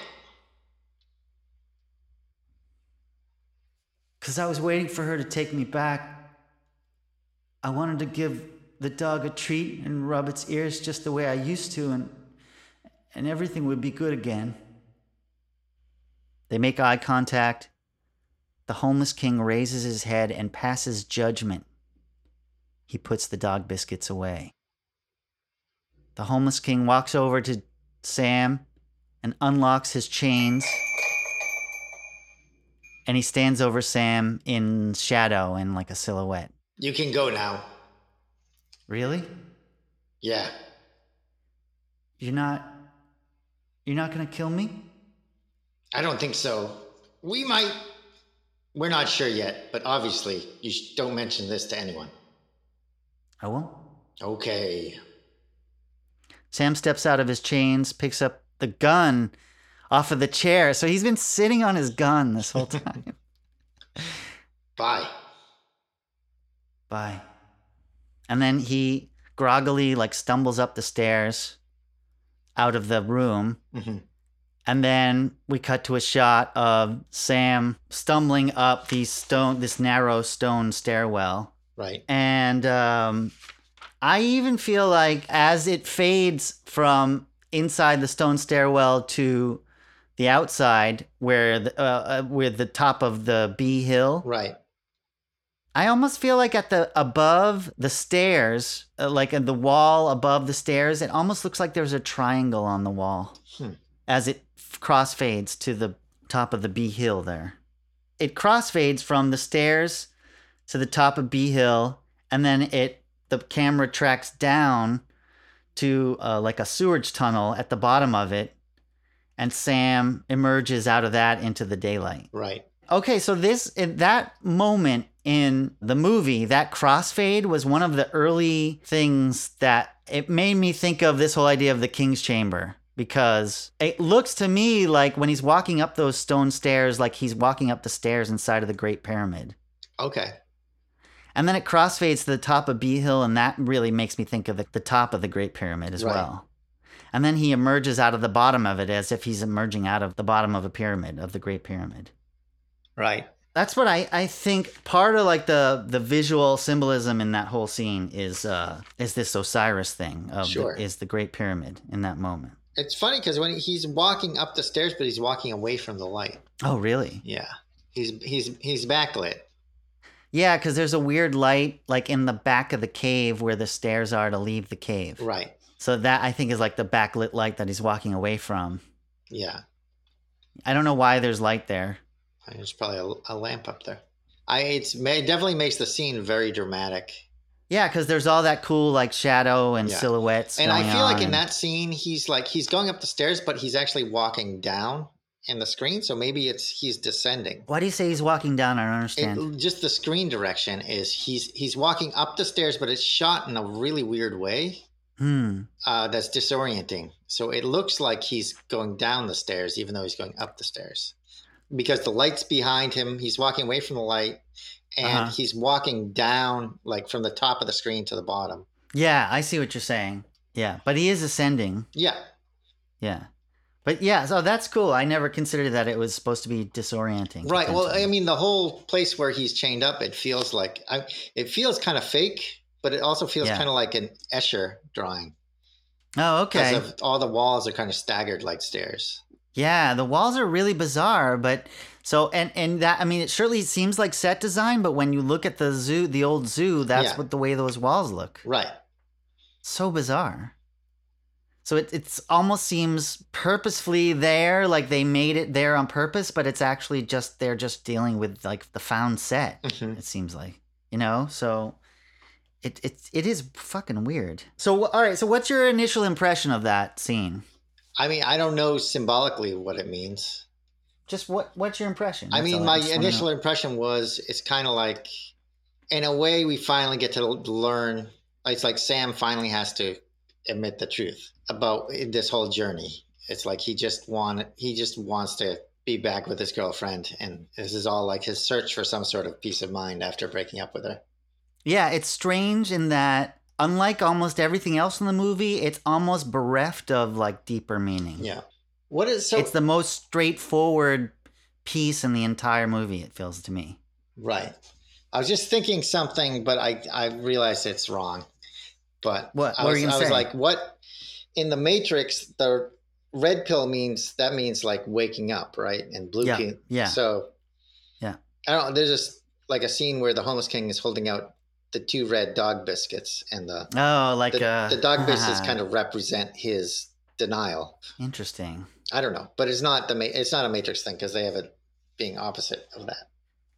because I was waiting for her to take me back. I wanted to give the dog a treat and rub its ears just the way I used to, and, and everything would be good again. They make eye contact. The homeless king raises his head and passes judgment. He puts the dog biscuits away. The homeless king walks over to Sam and unlocks his chains and he stands over Sam in shadow and like a silhouette.
You can go now.
Really?
Yeah.
You're not You're not going to kill me?
I don't think so. We might. We're not sure yet, but obviously, you sh- don't mention this to anyone.
I won't.
Okay.
Sam steps out of his chains, picks up the gun off of the chair. So he's been sitting on his gun this whole time.
Bye.
Bye. And then he groggily like stumbles up the stairs out of the room.
hmm
And then we cut to a shot of Sam stumbling up these stone, this narrow stone stairwell.
Right.
And um, I even feel like as it fades from inside the stone stairwell to the outside, where the, uh, uh, where the top of the B hill,
Right.
I almost feel like at the above the stairs, uh, like at the wall above the stairs, it almost looks like there's a triangle on the wall
Hmm.
as it f- crossfades to the top of the B hill there. It crossfades from the stairs to the top of B hill, and then it the camera tracks down to uh, like a sewage tunnel at the bottom of it, and Sam emerges out of that into the daylight.
Right.
Okay, so this in that moment in the movie, that crossfade was one of the early things that it made me think of this whole idea of the king's chamber because it looks to me like when he's walking up those stone stairs like he's walking up the stairs inside of the great pyramid.
Okay.
And then it crossfades to the top of Bee Hill, and that really makes me think of the, the top of the Great Pyramid as
Right.
well. And then he emerges out of the bottom of it as if he's emerging out of the bottom of a pyramid, of the Great Pyramid
Right.
that's what I, I think part of like the the visual symbolism in that whole scene is uh is this Osiris thing of the-
Sure.
is the Great Pyramid in that moment.
It's funny because when he's walking up the stairs, but he's walking away from the light.
Oh really?
Yeah. He's he's he's backlit.
Yeah, because there's a weird light like in the back of the cave where the stairs are to leave the cave.
Right.
So that I think is like the backlit light that he's walking away from.
Yeah.
I don't know why there's light there.
There's probably a, a lamp up there. I it's ma- it definitely makes the scene very dramatic.
Yeah, because there's all that cool like shadow and
Yeah.
silhouettes.
And I
going
feel
on
like in
and-
that scene, he's like he's going up the stairs, but he's actually walking down in the screen. So maybe it's he's descending.
Why do you say he's walking down? I don't
It,
understand.
just the screen direction is he's he's walking up the stairs, but it's shot in a really weird way
hmm.
uh, that's disorienting. So it looks like he's going down the stairs, even though he's going up the stairs, because the light's behind him. He's walking away from the light, and
Uh-huh.
he's walking down like from the top of the screen to the bottom.
Yeah, I see what you're saying. Yeah, but he is ascending.
Yeah,
Yeah. But yeah, so that's cool. I never considered that it was supposed to be disorienting.
Right. Well, I
potentially.
mean, the whole place where he's chained up, it feels like I, it feels kind of fake, but it also feels
Yeah.
kind of like an Escher drawing
oh,
because
okay.
all the walls are kind of staggered like stairs.
Yeah, the walls are really bizarre, but so and and that I mean it surely seems like set design, but when you look at the zoo, the old zoo, that's
Yeah.
what the way those walls look.
Right.
So bizarre. So it it's almost seems purposefully there, like they made it there on purpose, but it's actually just they're just dealing with like the found set.
Mhm.
It seems like you know. So it it it is fucking weird. So wh- all right. So what's your initial impression of that scene?
I mean, I don't know symbolically what it means.
Just what what's your impression?
I
That's all
mean, my
just wanna know.
initial impression was it's kind of like, in a way, we finally get to learn. It's like Sam finally has to admit the truth about this whole journey. It's like he just want he just wants to be back with his girlfriend, and this is all like his search for some sort of peace of mind after breaking up with her.
Yeah, it's strange in that unlike almost everything else in the movie, it's almost bereft of like deeper meaning.
Yeah. What is so
it's the most straightforward piece in the entire movie. It feels to me.
right? I was just thinking something, but I I realized it's wrong. But
What-
I
what were
was,
you gonna
I was
say?
like, what in the Matrix? The red pill means that means like waking up, right? And blue
Yeah,
pill.
yeah.
So
Yeah.
I don't. know. There's just like a scene where the homeless king is holding out the two red dog biscuits, and the
Oh, like
the,
uh,
the dog biscuits kind of represent his denial.
interesting.
I don't know, but it's not the ma- it's not a Matrix thing because they have it being opposite of that.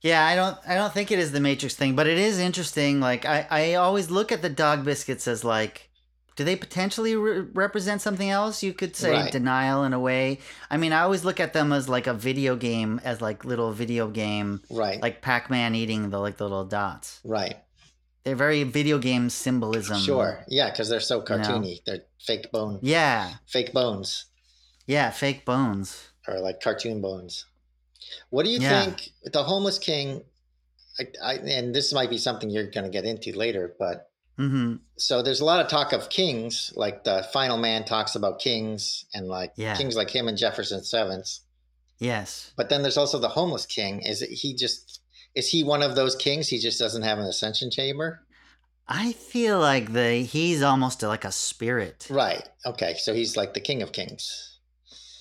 Yeah, I don't I don't think it is the Matrix thing, but it is interesting. Like I I always look at the dog biscuits as like do they potentially re- represent something else? You could say
Right.
denial in a way. I mean, I always look at them as like a video game, as like little video game,
Right.
like Pac-Man eating the like the little dots.
right.
They're very video game symbolism.
Sure. Yeah, because they're so
know?
cartoony. They're fake bone,
Yeah.
fake bones,
Yeah. Fake bones.
or like cartoon bones. What do you
Yeah.
think the homeless king? I, I, and this might be something you're going to get into later, but
Mm-hmm.
so there's a lot of talk of kings, like the Final Man talks about kings and like
Yeah.
kings like him and Jefferson Sevens.
Yes.
But then there's also the homeless king. Is it- he just is he one of those kings? He just doesn't have an ascension chamber,
I feel like the he's almost like a spirit.
right? Okay, so he's like the king of kings.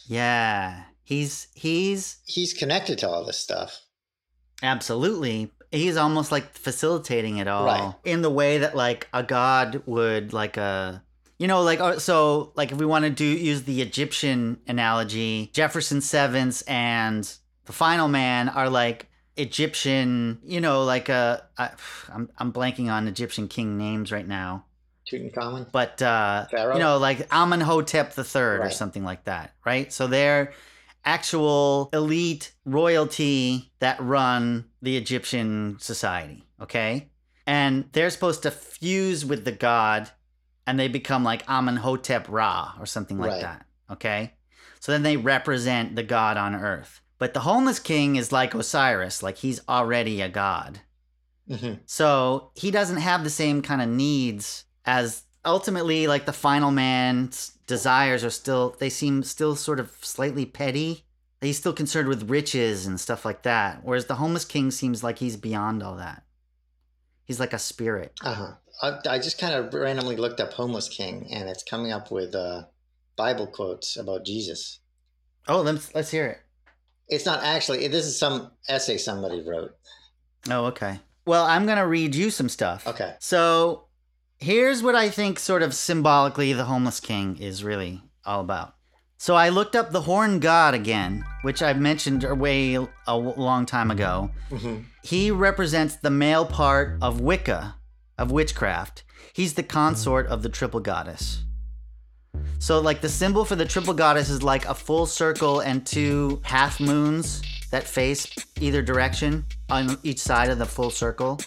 Yeah. He's he's
He's connected to all this stuff.
Absolutely. He's almost like facilitating it all
Right.
in the way that like a god would like a you know like uh, so like if we want to do use the Egyptian analogy, Jefferson Sevens and the Final Man are like Egyptian, you know, like a I, I'm I'm blanking on Egyptian king names right now,
Tutankhamun.
but uh
Pharaoh.
you know, like Amenhotep the Third or
Right.
something like that, right? So they're actual elite royalty that run the Egyptian society, okay? And they're supposed to fuse with the god, and they become like Amenhotep Ra or something like
Right.
that, okay? So then they represent the god on Earth. But the homeless king is like Osiris, like he's already a god.
Mhm.
So he doesn't have the same kind of needs as ultimately like the final man's desires are still they seem still sort of slightly petty. He's still concerned with riches and stuff like that. Whereas the homeless king seems like he's beyond all that. He's like a spirit.
Uh-huh. I, I just kind of randomly looked up homeless king, and it's coming up with uh, Bible quotes about Jesus.
Oh, let's let's hear it.
It's not actually. This is some essay somebody wrote.
Oh, okay. Well, I'm going to read you some stuff.
Okay.
So here's what I think, sort of symbolically, the homeless king is really all about. So I looked up the horn god again, which I mentioned way a w- long time ago.
Mhm.
He represents the male part of Wicca, of witchcraft. He's the consort of the triple goddess. So, like, the symbol for the triple goddess is like a full circle and two half moons that face either direction on each side of the full circle.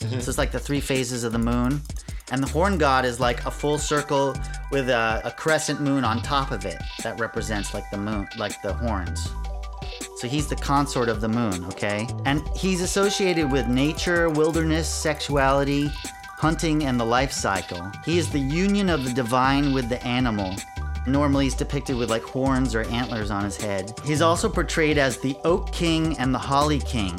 So, it's like the three phases of the moon. And the horn god is like a full circle with a, a crescent moon on top of it that represents like the moon, like the horns. So he's the consort of the moon, okay? And he's associated with nature, wilderness, sexuality, hunting, and the life cycle. He is the union of the divine with the animal. Normally, he's depicted with like horns or antlers on his head. He's also portrayed as the oak king and the holly king,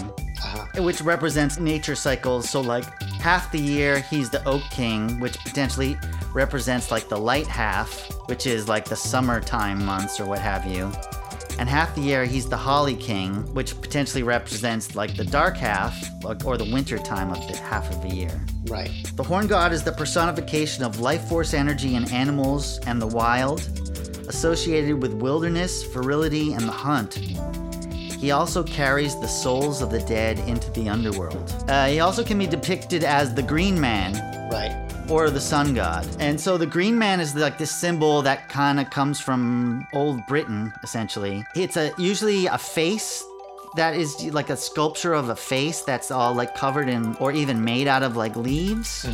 which represents nature cycles. So, like, half the year he's the oak king, which potentially represents like the light half, which is like the summertime months or what have you. and half the year he's the Holly King, which potentially represents like the dark half like, or the winter time of the half of the year.
Right.
The Horn God is the personification of life force energy in animals and the wild, associated with wilderness, virility, and the hunt. He also carries the souls of the dead into the underworld. Uh, he also can be depicted as the Green Man
Right.
or the Sun God. And so the Green Man is like this symbol that kind of comes from old Britain, essentially. It's a usually a face that is like a sculpture of a face that's all like covered in or even made out of like leaves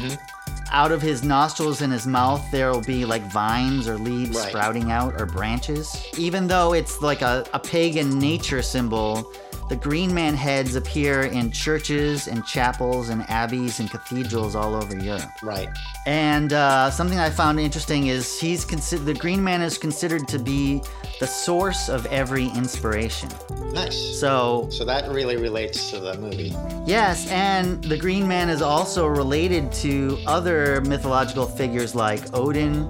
out of his nostrils and his mouth there'll be like vines or leaves
Right.
sprouting out or branches even though it's like a, a pagan nature symbol the green man heads appear in churches and chapels and abbeys and cathedrals all over europe
Right.
and uh, something I found interesting is he's considered the Green Man is considered to be the source of every inspiration.
Nice.
So
So that really relates to the movie.
yes, and the Green Man is also related to other mythological figures like Odin,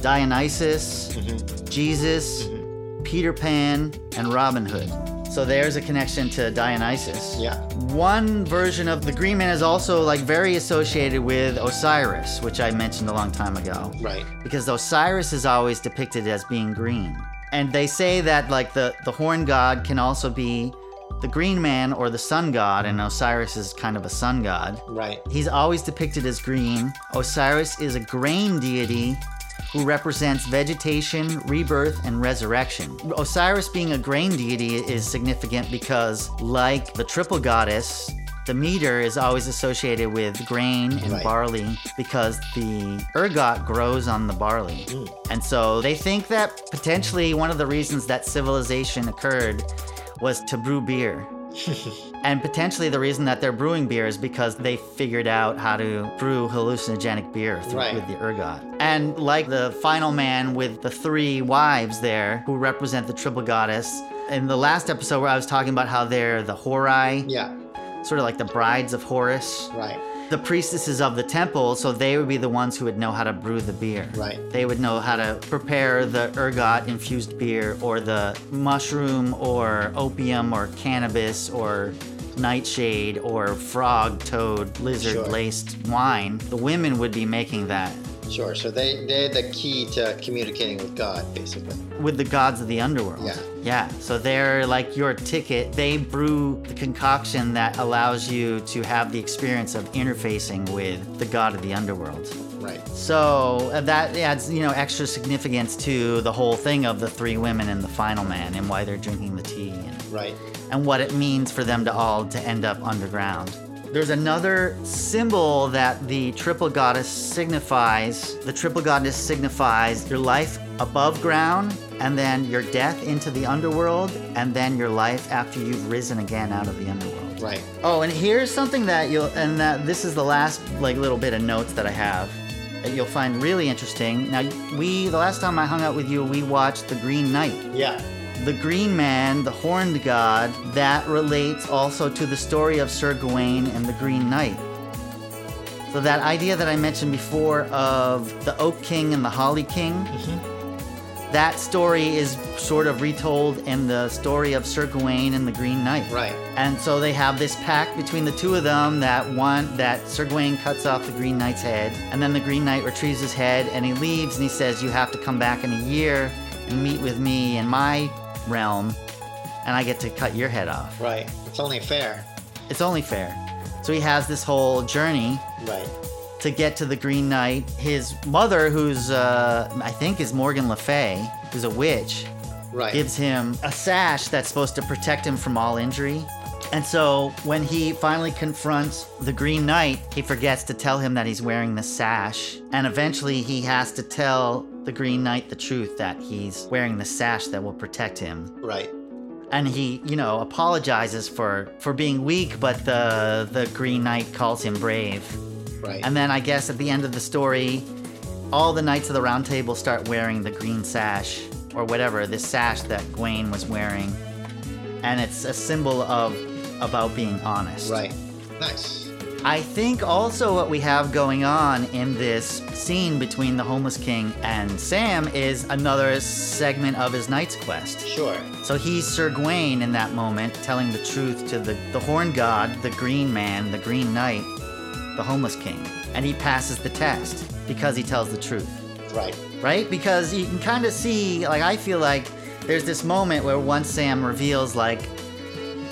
Dionysus,
Mm-hmm.
Jesus, Peter Pan, and Robin Hood. So there's a connection to Dionysus.
Yeah.
One version of the Green Man is also like very associated with Osiris, which I mentioned a long time ago.
Right.
because Osiris is always depicted as being green. And they say that like the the horn god can also be the green man or the sun god and Osiris is kind of a sun god.
Right.
He's always depicted as green. Osiris is a grain deity who represents vegetation, rebirth, and resurrection. Osiris being a grain deity is significant because, like the triple goddess, Demeter is always associated with grain and
Right.
barley because the ergot grows on the barley. And so they think that potentially one of the reasons that civilization occurred was to brew beer. And potentially the reason that they're brewing beer is because they figured out how to brew hallucinogenic beer through,
Right.
with the ergot. And like the final man with the three wives there who represent the triple goddess, in the last episode where I was talking about how they're the Horai,
Yeah.
sort of like the brides of Horus,
Right.
the priestesses of the temple, so they would be the ones who would know how to brew the beer.
Right.
They would know how to prepare the ergot infused beer or the mushroom or opium or cannabis or nightshade or frog, toad, lizard laced wine. The women would be making that
Sure. So they they're the key to communicating with God, basically.
with the gods of the underworld.
Yeah.
Yeah. So they're like your ticket. They brew the concoction that allows you to have the experience of interfacing with the god of the underworld.
Right.
So uh, that adds, you know, extra significance to the whole thing of the three women and the final man and why they're drinking the tea and,
Right.
and what it means for them to all to end up underground. There's another symbol that the triple goddess signifies. The triple goddess signifies your life above ground and then your death into the underworld and then your life after you've risen again out of the underworld.
Right.
Oh, and here's something that you'll and that this is the last like little bit of notes that I have that you'll find really interesting. Now, we the last time I hung out with you, we watched The Green Knight.
Yeah.
The Green Man, the Horned God, that relates also to the story of Sir Gawain and the Green Knight. So that idea that I mentioned before of the Oak King and the Holly King, that story is sort of retold in the story of Sir Gawain and the Green Knight.
Right.
And so they have this pact between the two of them that one that Sir Gawain cuts off the Green Knight's head, and then the Green Knight retrieves his head and he leaves and he says, You have to come back in a year and meet with me in my realm, and I get to cut your head off.
Right. It's only fair.
It's only fair. So he has this whole journey
Right.
to get to the Green Knight. His mother, who's uh, I think is Morgan Le Fay, who's a witch,
Right.
gives him a sash that's supposed to protect him from all injury. And so when he finally confronts the Green Knight, he forgets to tell him that he's wearing the sash. And eventually he has to tell the Green Knight the truth that he's wearing the sash that will protect him.
Right.
And he, you know, apologizes for for being weak, but the the Green Knight calls him brave.
Right.
And then I guess at the end of the story, all the knights of the round table start wearing the green sash or whatever, this sash that Gawain was wearing. And it's a symbol of about being honest.
right. Nice.
I think also what we have going on in this scene between the homeless king and Sam is another segment of his Knight's Quest.
Sure.
So he's Sir Gawain in that moment, telling the truth to the, the Horn God, the Green Man, the Green Knight, the Homeless King. And he passes the test because he tells the truth,
Right.
right? Because you can kind of see, like, I feel like there's this moment where once Sam reveals, like,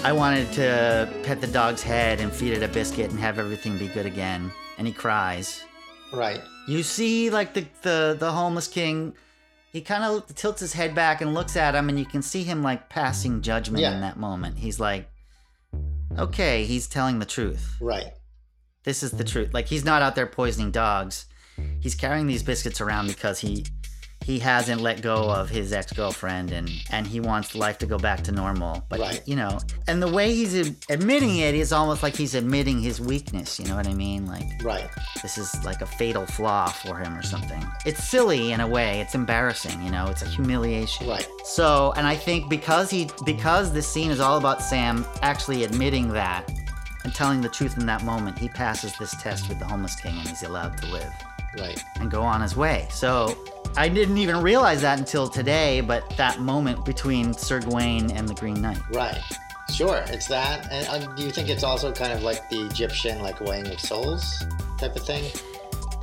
I wanted to pet the dog's head and feed it a biscuit and have everything be good again. And he cries.
Right.
You see, like the the, the homeless king, he kind of tilts his head back and looks at him, and you can see him like passing judgment
Yeah.
in that moment. He's like, okay, he's telling the truth.
Right.
This is the truth. Like he's not out there poisoning dogs. He's carrying these biscuits around because he he hasn't let go of his ex-girlfriend and and he wants life to go back to normal. But
Right.
you know, and the way he's ad- admitting it is almost like he's admitting his weakness, you know what I mean? Like
Right.
this is like a fatal flaw for him or something. It's silly in a way. It's embarrassing, you know. It's a humiliation.
Right.
So, and I think because he because this scene is all about Sam actually admitting that and telling the truth in that moment, he passes this test with the homeless king and he's allowed to live
Right.
and go on his way. So, I didn't even realize that until today, but that moment between Sir Gawain and the Green Knight.
Right. Sure. It's that. And uh, do you think it's also kind of like the Egyptian, like weighing of souls type of thing?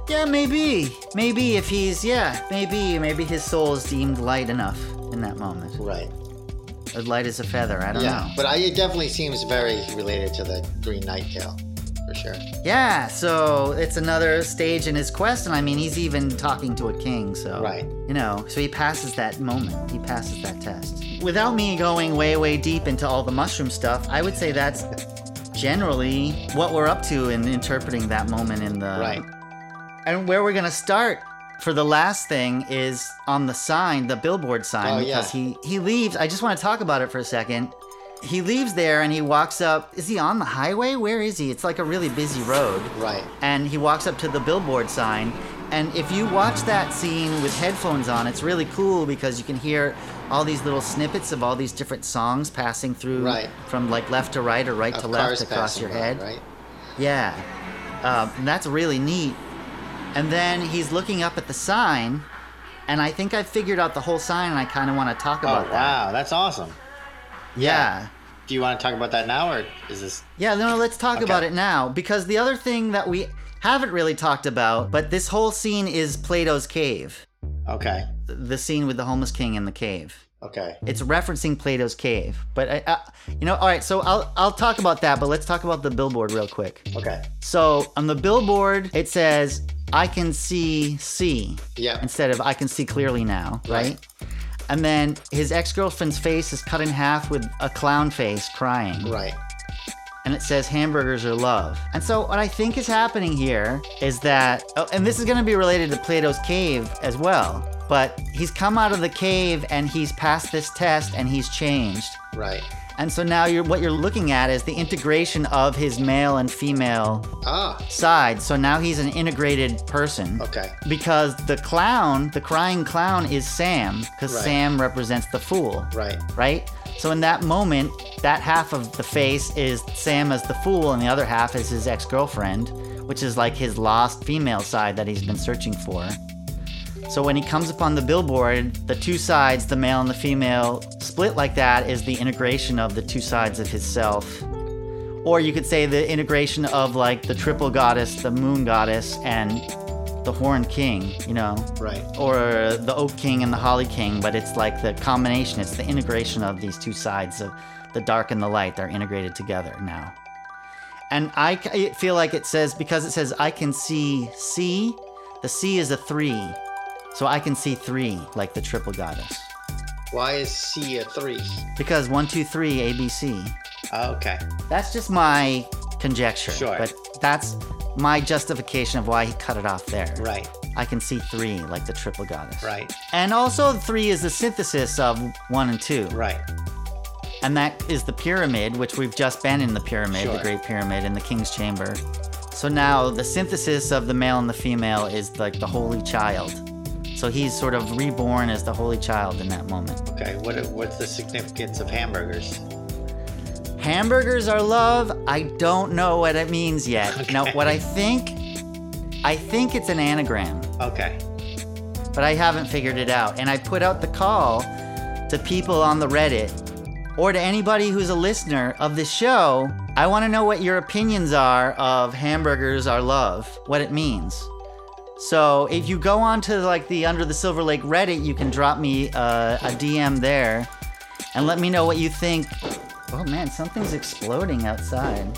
Yeah, maybe. Maybe if he's yeah, maybe maybe his soul is deemed light enough in that moment.
Right.
Or light as a feather. I don't
Yeah.
know.
But I, it definitely seems very related to the Green Night Tale, for sure.
Yeah, so it's another stage in his quest, and I mean, he's even talking to a king, so.
Right.
You know, so he passes that moment, he passes that test. Without me going way, way deep into all the mushroom stuff, I would say that's generally what we're up to in interpreting that moment in the.
Right.
And where we're gonna start for the last thing is on the sign, the billboard sign,
Oh, yeah.
because he he leaves. I just want to talk about it for a second. He leaves there and he walks up. Is he on the highway? Where is he? It's like a really busy road.
Right.
And he walks up to the billboard sign. And if you watch that scene with headphones on, it's really cool because you can hear all these little snippets of all these different songs passing through
Right.
from like left to right or right
Of
to left
cars
across
passing
your
by,
head.
Right.
Yeah. Um, and that's really neat. And then he's looking up at the sign, and I think I figured out the whole sign, and I kind of want to talk about
Oh,
that.
wow. That's awesome.
Yeah.
Do you want to talk about that now, or is this
Yeah, no, let's talk
Okay.
about it now because the other thing that we haven't really talked about, but this whole scene is Plato's cave.
okay?
The scene with the homeless king in the cave.
Okay.
It's referencing Plato's cave. But I, I you know, all right, so I'll I'll talk about that, but let's talk about the billboard real quick.
Okay.
So, on the billboard, it says I can see C
Yeah.
instead of I can see clearly now, right?
Right.
And then his ex-girlfriend's face is cut in half with a clown face crying
Right.
and it says hamburgers are love. And so what I think is happening here is that oh, and this is going to be related to Plato's cave as well, but he's come out of the cave and he's passed this test and he's changed.
Right.
And so now you're what you're looking at is the integration of his male and female
Ah.
side. So now he's an integrated person.
Okay.
Because the clown, the crying clown is Sam, because
Right.
Sam represents the fool
Right.
right? So in that moment, that half of the face is Sam as the fool, and the other half is his ex girlfriend, which is like his lost female side that he's been searching for. So when he comes upon the billboard, the two sides, the male and the female, split like that is the integration of the two sides of his self. Or you could say the integration of like the triple goddess, the moon goddess, and the horned king, you know?
Right.
or the Oak King and the Holly King, but it's like the combination, it's the integration of these two sides of the dark and the light. They're integrated together now. And I c- I feel like it says, because it says I can see C, the C is a three. So I can see three, like the triple goddess.
Why is C a three? Oh,
Because one, two, three, ABC.
Okay.
That's just my conjecture.
Sure.
But that's my justification of why he cut it off there.
Right.
I can see three, like the triple goddess.
Right.
And also, three is the synthesis of one and two.
Right.
And that is the pyramid, which we've just been in the pyramid, the
Sure.
Great Pyramid, and the King's Chamber. So now the synthesis of the male and the female is like the Holy Child. So he's sort of reborn as the Holy Child in that moment.
Okay. What what's the significance of hamburgers?
Hamburgers are love. I don't know what it means yet. Now, what I think, I think it's an anagram,
Okay.
but I haven't figured it out. And I put out the call to people on the Reddit or to anybody who's a listener of the show. I want to know what your opinions are of hamburgers are love, what it means. So if you go on to like the Under the Silver Lake Reddit, you can drop me uh, a DM there and let me know what you think. Oh man, something's exploding outside.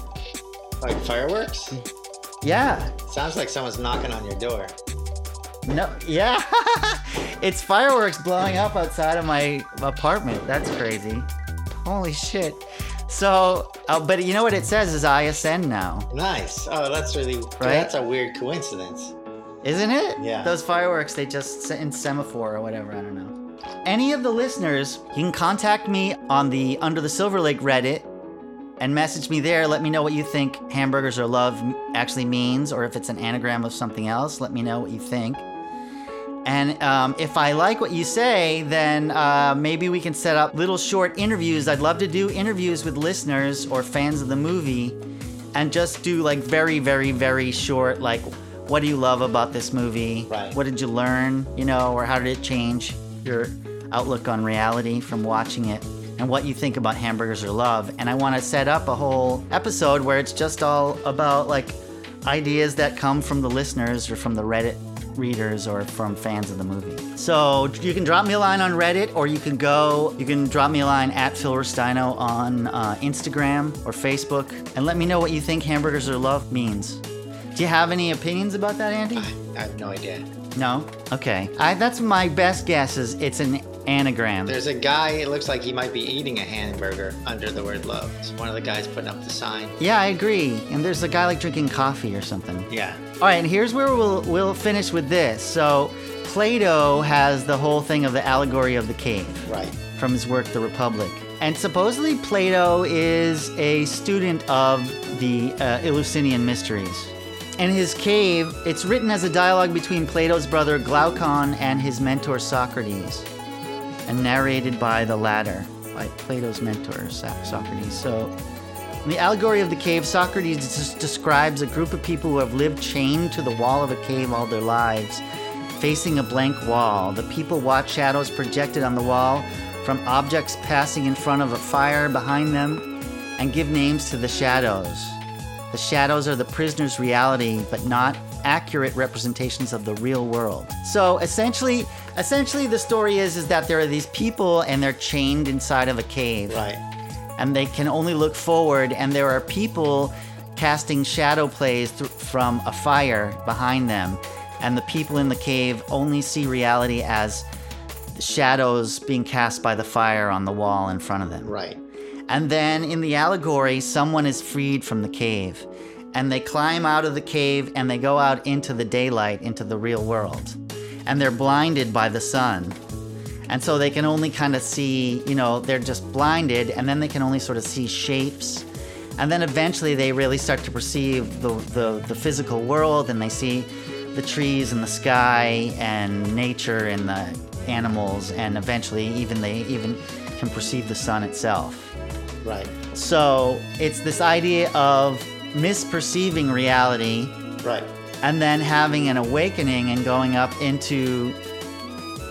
Like fireworks?
Yeah.
Sounds like someone's knocking on your door.
No. Yeah. it's fireworks blowing up outside of my apartment. That's crazy. Holy shit. So, uh, but you know what it says is ISN now,
Nice. Oh, that's really
Right?
That's a weird coincidence.
isn't it?
Yeah.
Those fireworks they just set in semaphore or whatever. I don't know. Any of the listeners, you can contact me on the Under the Silver Lake Reddit and message me there. Let me know what you think hamburgers or love actually means, or if it's an anagram of something else. Let me know what you think. And um, if I like what you say, then uh, maybe we can set up little short interviews. I'd love to do interviews with listeners or fans of the movie and just do like very, very, very short, like, what do you love about this movie?
Right.
What did you learn? You know, or how did it change your outlook on reality from watching it? And what you think about hamburgers or love. And I want to set up a whole episode where it's just all about like ideas that come from the listeners or from the Reddit readers or from fans of the movie. So you can drop me a line on Reddit or you can go, you can drop me a line at Phil Rustino on uh, Instagram or Facebook and let me know what you think hamburgers or love means. Do you have any opinions about that, Andy?
I, I have no idea.
No? Okay. I, that's my best guess is it's an anagram.
There's a guy, it looks like he might be eating a hamburger under the word love. It's one of the guys putting up the sign.
yeah, I agree. And there's a guy like drinking coffee or something.
Yeah.
All right, and here's where we'll we'll finish with this. So, Plato has the whole thing of the allegory of the cave
Right.
from his work The Republic. And supposedly Plato is a student of the uh, Eleusinian mysteries. And his cave, it's written as a dialogue between Plato's brother Glaucon and his mentor Socrates, and narrated by the latter, by Plato's mentor Soc- Socrates. So in the allegory of the cave, Socrates des- describes a group of people who have lived chained to the wall of a cave all their lives, facing a blank wall. The people watch shadows projected on the wall from objects passing in front of a fire behind them and give names to the shadows. The shadows are the prisoner's reality, but not accurate representations of the real world. So essentially, essentially the story is is that there are these people and they're chained inside of a cave
Right.
and they can only look forward and there are people casting shadow plays th- from a fire behind them and the people in the cave only see reality as shadows being cast by the fire on the wall in front of them
Right.
and then in the allegory, someone is freed from the cave. And they climb out of the cave and they go out into the daylight, into the real world. And they're blinded by the sun. And so they can only kind of see, you know, they're just blinded and then they can only sort of see shapes. And then eventually they really start to perceive the, the, the physical world and they see the trees and the sky and nature and the animals. And eventually even they even can perceive the sun itself.
Right.
So it's this idea of misperceiving reality
Right.
and then having an awakening and going up into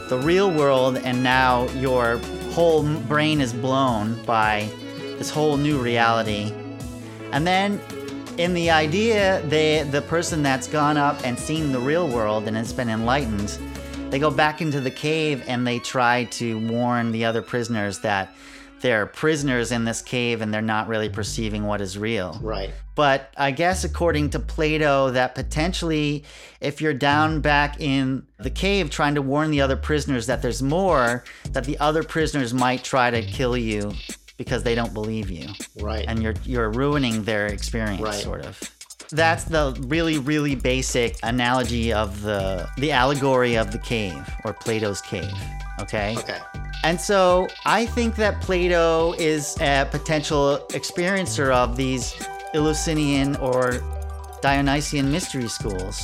the real world, and now your whole m- brain is blown by this whole new reality. And then in the idea, they, the person that's gone up and seen the real world and has been enlightened, they go back into the cave and they try to warn the other prisoners that they're prisoners in this cave and they're not really perceiving what is real.
Right.
But I guess according to Plato, that potentially if you're down back in the cave trying to warn the other prisoners that there's more, that the other prisoners might try to kill you because they don't believe you.
Right.
And you're you're ruining their experience
Right.
sort of. That's the really, really basic analogy of the the allegory of the cave or Plato's cave. Okay?
okay.
And so I think that Plato is a potential experiencer of these Eleusinian or Dionysian mystery schools.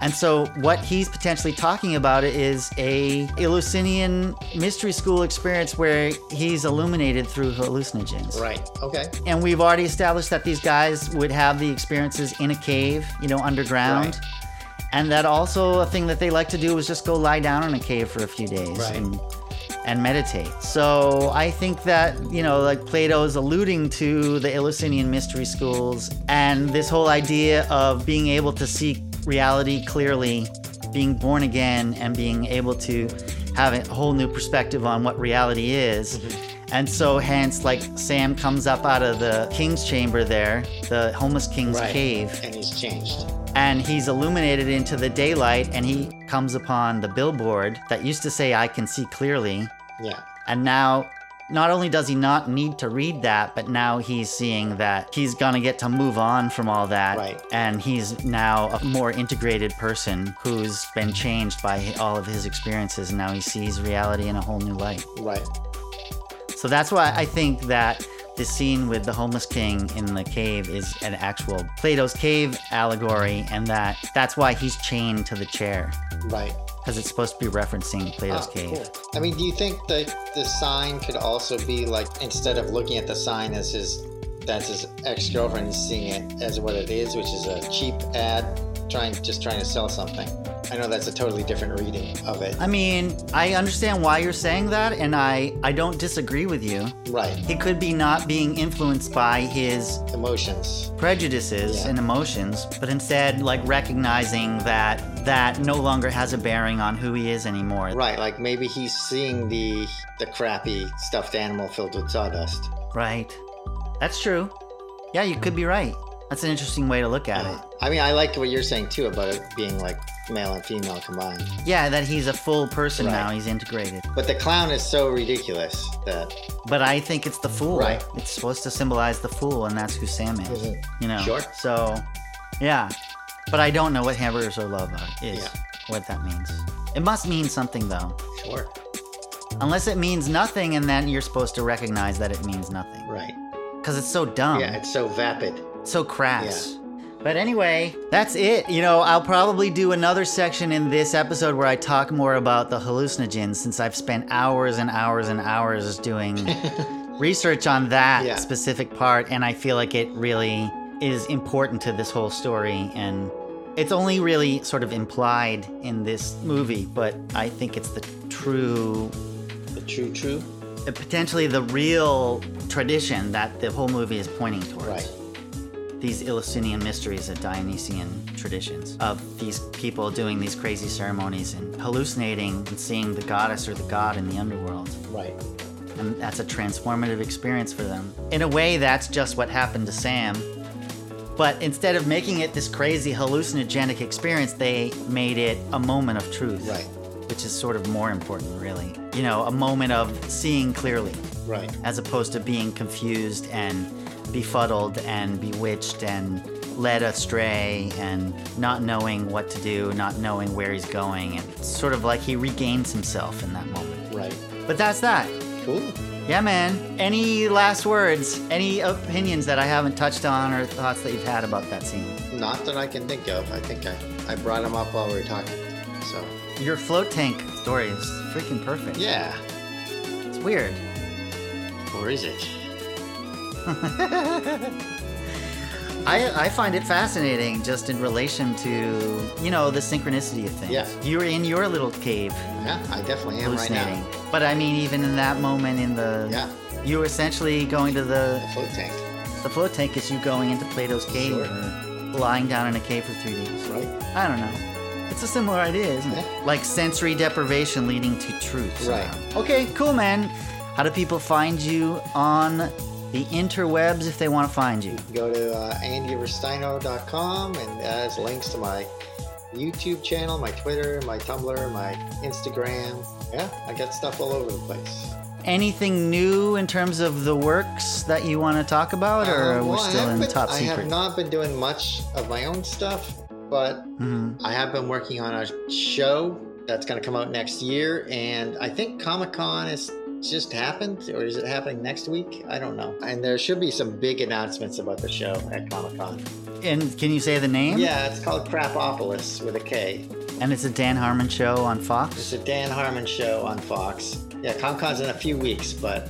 And so what he's potentially talking about is a Eleusinian mystery school experience where he's illuminated through hallucinogens.
Right. Okay.
And we've already established that these guys would have the experiences in a cave, you know, underground. And that also a thing that they like to do is just go lie down in a cave for a few days
Right.
and and meditate. So I think that, you know, like Plato's alluding to the Eleusinian mystery schools and this whole idea of being able to see reality clearly, being born again, and being able to have a whole new perspective on what reality is. And so, hence, like Sam comes up out of the king's chamber there, the homeless king's
Right.
cave,
And he's changed.
and he's illuminated into the daylight and he comes upon the billboard that used to say, I can see clearly.
Yeah.
And now, not only does he not need to read that, but now he's seeing that he's gonna get to move on from all that.
Right.
And he's now a more integrated person who's been changed by all of his experiences. And now he sees reality in a whole new light.
Right.
So that's why I think that the scene with the homeless king in the cave is an actual Plato's cave allegory, and that that's why he's chained to the chair
Right.
because it's supposed to be referencing Plato's
Oh,
cave.
cool. I mean, do you think that the sign could also be like instead of looking at the sign as his that's his ex girlfriend, he's seeing it as what it is, which is a cheap ad trying just trying to sell something. I know that's a totally different reading of it.
I mean, I understand why you're saying that, and I I don't disagree with you.
Right.
He could be not being influenced by his
Emotions.
prejudices
Yeah.
and emotions, but instead like recognizing that that no longer has a bearing on who he is anymore.
Right, like maybe he's seeing the the crappy stuffed animal filled with sawdust.
Right. That's true. Yeah, you could be right. That's an interesting way to look at it.
I mean, I like what you're saying too about it being like male and female combined.
Yeah, that he's a full person
Right.
now. He's integrated.
But the clown is so ridiculous that
But I think it's the fool.
Right.
It's supposed to symbolize the fool, and that's who Sam is.
Mhm.
You know.
Sure.
So, yeah. But I don't know what hamburgers are love are, is
Yeah.
what that means. It must mean something though,
sure,
unless it means nothing, and then you're supposed to recognize that it means nothing,
right?
because it's so dumb.
Yeah, it's so vapid.
so crass. But anyway, that's it. You know, I'll probably do another section in this episode where I talk more about the hallucinogens since I've spent hours and hours and hours doing research on that
Yeah.
specific part. And I feel like it really is important to this whole story. And it's only really sort of implied in this movie, but I think it's the true
The true, true.
potentially the real tradition that the whole movie is pointing towards.
Right.
These Eleusinian mysteries and Dionysian traditions of these people doing these crazy ceremonies and hallucinating and seeing the goddess or the god in the underworld.
Right.
And that's a transformative experience for them. In a way, that's just what happened to Sam. But instead of making it this crazy hallucinogenic experience, they made it a moment of truth.
Right.
Which is sort of more important, really. You know, a moment of seeing clearly
Right.
as opposed to being confused and befuddled and bewitched and led astray and not knowing what to do, not knowing where he's going. And it's sort of like he regains himself in that moment.
Right.
But that's that.
Cool.
Yeah, man. Any last words? Any opinions that I haven't touched on or thoughts that you've had about that scene?
Not that I can think of. I think I, I brought him up while we were talking. So
Your float tank story is freaking perfect.
yeah.
It's weird.
Or is it?
I, I find it fascinating just in relation to, you know, the synchronicity of things.
Yeah.
You're in your little cave
Yeah, I definitely am right
hallucinating.
now.
but I mean, even in that moment in the.
Yeah.
You were essentially going to the.
The float tank.
The float tank is you going into Plato's cave
Sure.
or lying down in a cave for three days.
Right.
I don't know. It's a similar idea, isn't it?
Yeah.
Like sensory deprivation leading to truth.
Right.
somehow. Okay, cool, man. How do people find you on the interwebs if they want to find you?
Go to uh, andyversteino.com and has links to my YouTube channel, my Twitter, my Tumblr, my Instagram. Yeah, I got stuff all over the place.
anything new in terms of the works that you want to talk about, or
Uh, well,
we're
I
still
have
in
been-
top
I
secret?
have not been doing much of my own stuff, but
Mhm.
I have been working on a show that's going to come out next year, and I think Comic Con is just happened, or is it happening next week? I don't know. And there should be some big announcements about the show at Comic Con.
and can you say the name?
Yeah, it's called Crapopolis with a K.
And it's a Dan Harmon show on
It's
Fox.
a Dan Harmon show on Fox. Yeah, ComCon's in a few weeks, but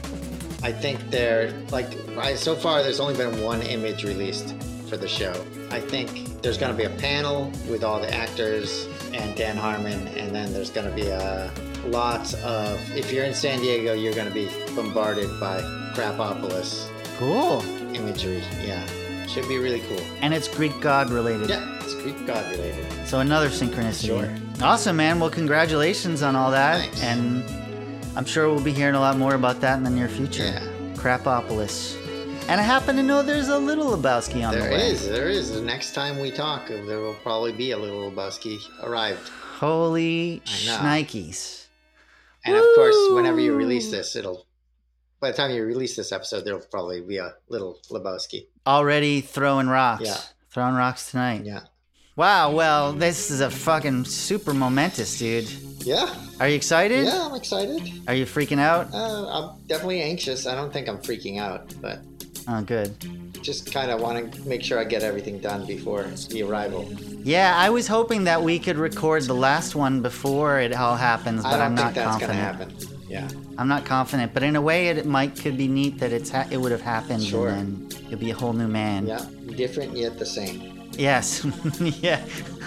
I think they're like I, so far. There's only been one image released for the show. I think there's going to be a panel with all the actors and Dan Harmon, and then there's going to be uh, lots of. If you're in San Diego, you're going to be bombarded by Crapopolis
Cool.
imagery. Yeah, should be really cool.
And it's Greek god related.
Yeah, it's Greek god related.
So another synchronicity.
Sure.
Awesome, man. Well, congratulations on all that.
Thanks.
And I'm sure we'll be hearing a lot more about that in the near future.
Yeah.
Crapopolis. And I happen to know there's a little Lebowski on
There
the way.
is, there is. The next time we talk, uh, there will probably be a little Lebowski arrived.
Holy
I know.
shnikes.
And of course, whenever you
Woo!
release this, it'll by the time you release this episode, there'll probably be a little Lebowski.
Already throwing rocks.
Yeah.
Throwing rocks tonight.
Yeah.
Wow, well, this is a fucking super momentous, dude.
Yeah.
Are you excited?
Yeah, I'm excited.
Are you freaking out?
Uh, I'm definitely anxious. I don't think I'm freaking out, but
Oh, good.
just kind of want to make sure I get everything done before the arrival.
Yeah, I was hoping that we could record the last one before it all happens, but
I
am
don't
not
think that's going
confident.
to happen. Yeah.
I'm not confident, but in a way, it might could be neat that it's ha- it would have happened,
Sure.
and then you'll be a whole new man.
Yeah. Different yet the same.
Yes, yeah,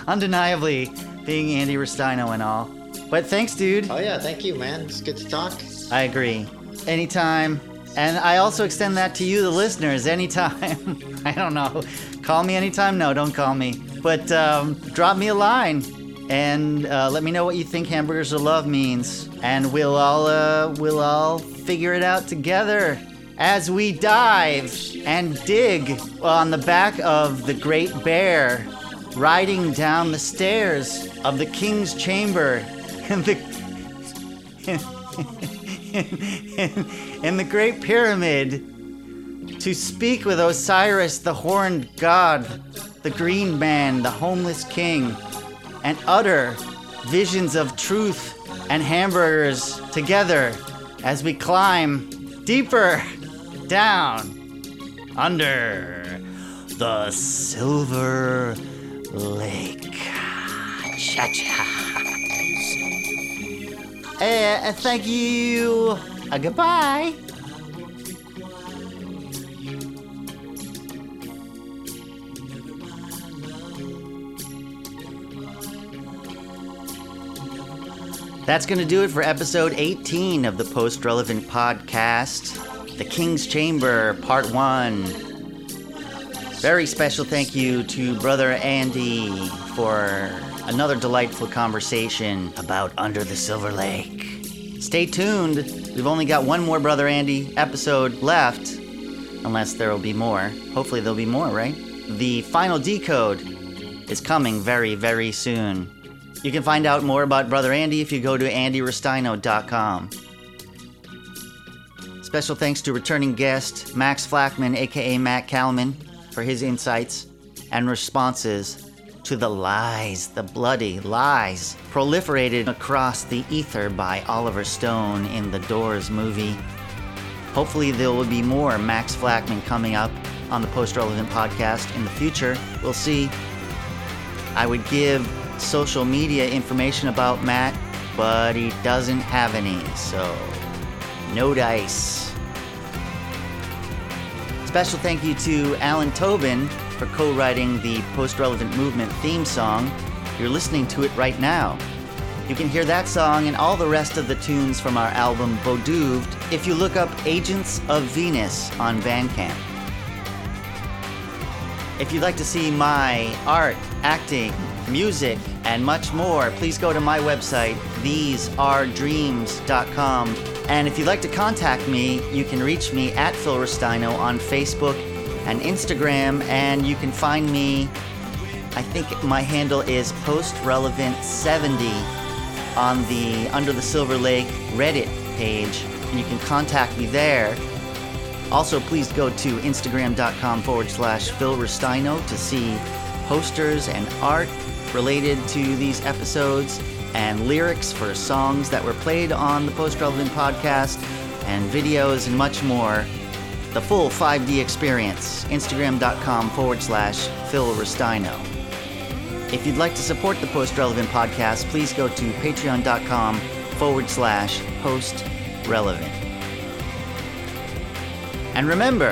undeniably being Andy Rustino and all. But thanks, dude.
Oh, yeah. Thank you, man. It's good to talk.
I agree. Anytime. And I also extend that to you, the listeners, anytime. I don't know. Call me anytime. No, don't call me. But um, drop me a line and uh, let me know what you think hamburgers of love means. And we'll all, uh, we'll all figure it out together as we dive and dig on the back of the great bear riding down the stairs of the king's chamber and the in the Great Pyramid to speak with Osiris, the horned god, the green man, the homeless king, and utter visions of truth and hamburgers together as we climb deeper down under the Silver Lake. Cha cha. Uh, thank you. Uh, goodbye. That's going to do it for episode 18 of the Post Relevant Podcast, The King's Chamber, Part 1. Very special thank you to Brother Andy for another delightful conversation about Under the Silver Lake. Stay tuned. We've only got one more Brother Andy episode left, unless there will be more. Hopefully, there'll be more, right? The final decode is coming very, very soon. You can find out more about Brother Andy if you go to andyrustino.com. Special thanks to returning guest Max Flackman, aka Matt Kalman, for his insights and responses to the lies, the bloody lies, proliferated across the ether by Oliver Stone in the Doors movie. Hopefully, there will be more Max Flackman coming up on the Post Relevant podcast in the future. We'll see. I would give social media information about Matt, but he doesn't have any, so no dice. Special thank you to Alan Tobin for co writing the Post Relevant Movement theme song. You're listening to it right now. You can hear that song and all the rest of the tunes from our album Beaudouved if you look up Agents of Venus on Bandcamp. If you'd like to see my art, acting, music, and much more, please go to my website, thesearedreams.com. And if you'd like to contact me, you can reach me at Phil Rustino on Facebook and Instagram, and you can find me, I think my handle is postrelevant70 on the Under the Silver Lake Reddit page, and you can contact me there. Also, please go to Instagram.com forward slash Phil Rustino to see posters and art related to these episodes and lyrics for songs that were played on the Post Relevant podcast and videos and much more. the full 5D experience. Instagram.com forward slash Phil Restino. If you'd like to support the Post Relevant podcast, please go to patreon.com forward slash post relevant. And remember,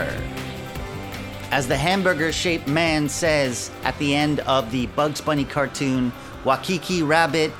as the hamburger shaped man says at the end of the Bugs Bunny cartoon, Wakiki Rabbit,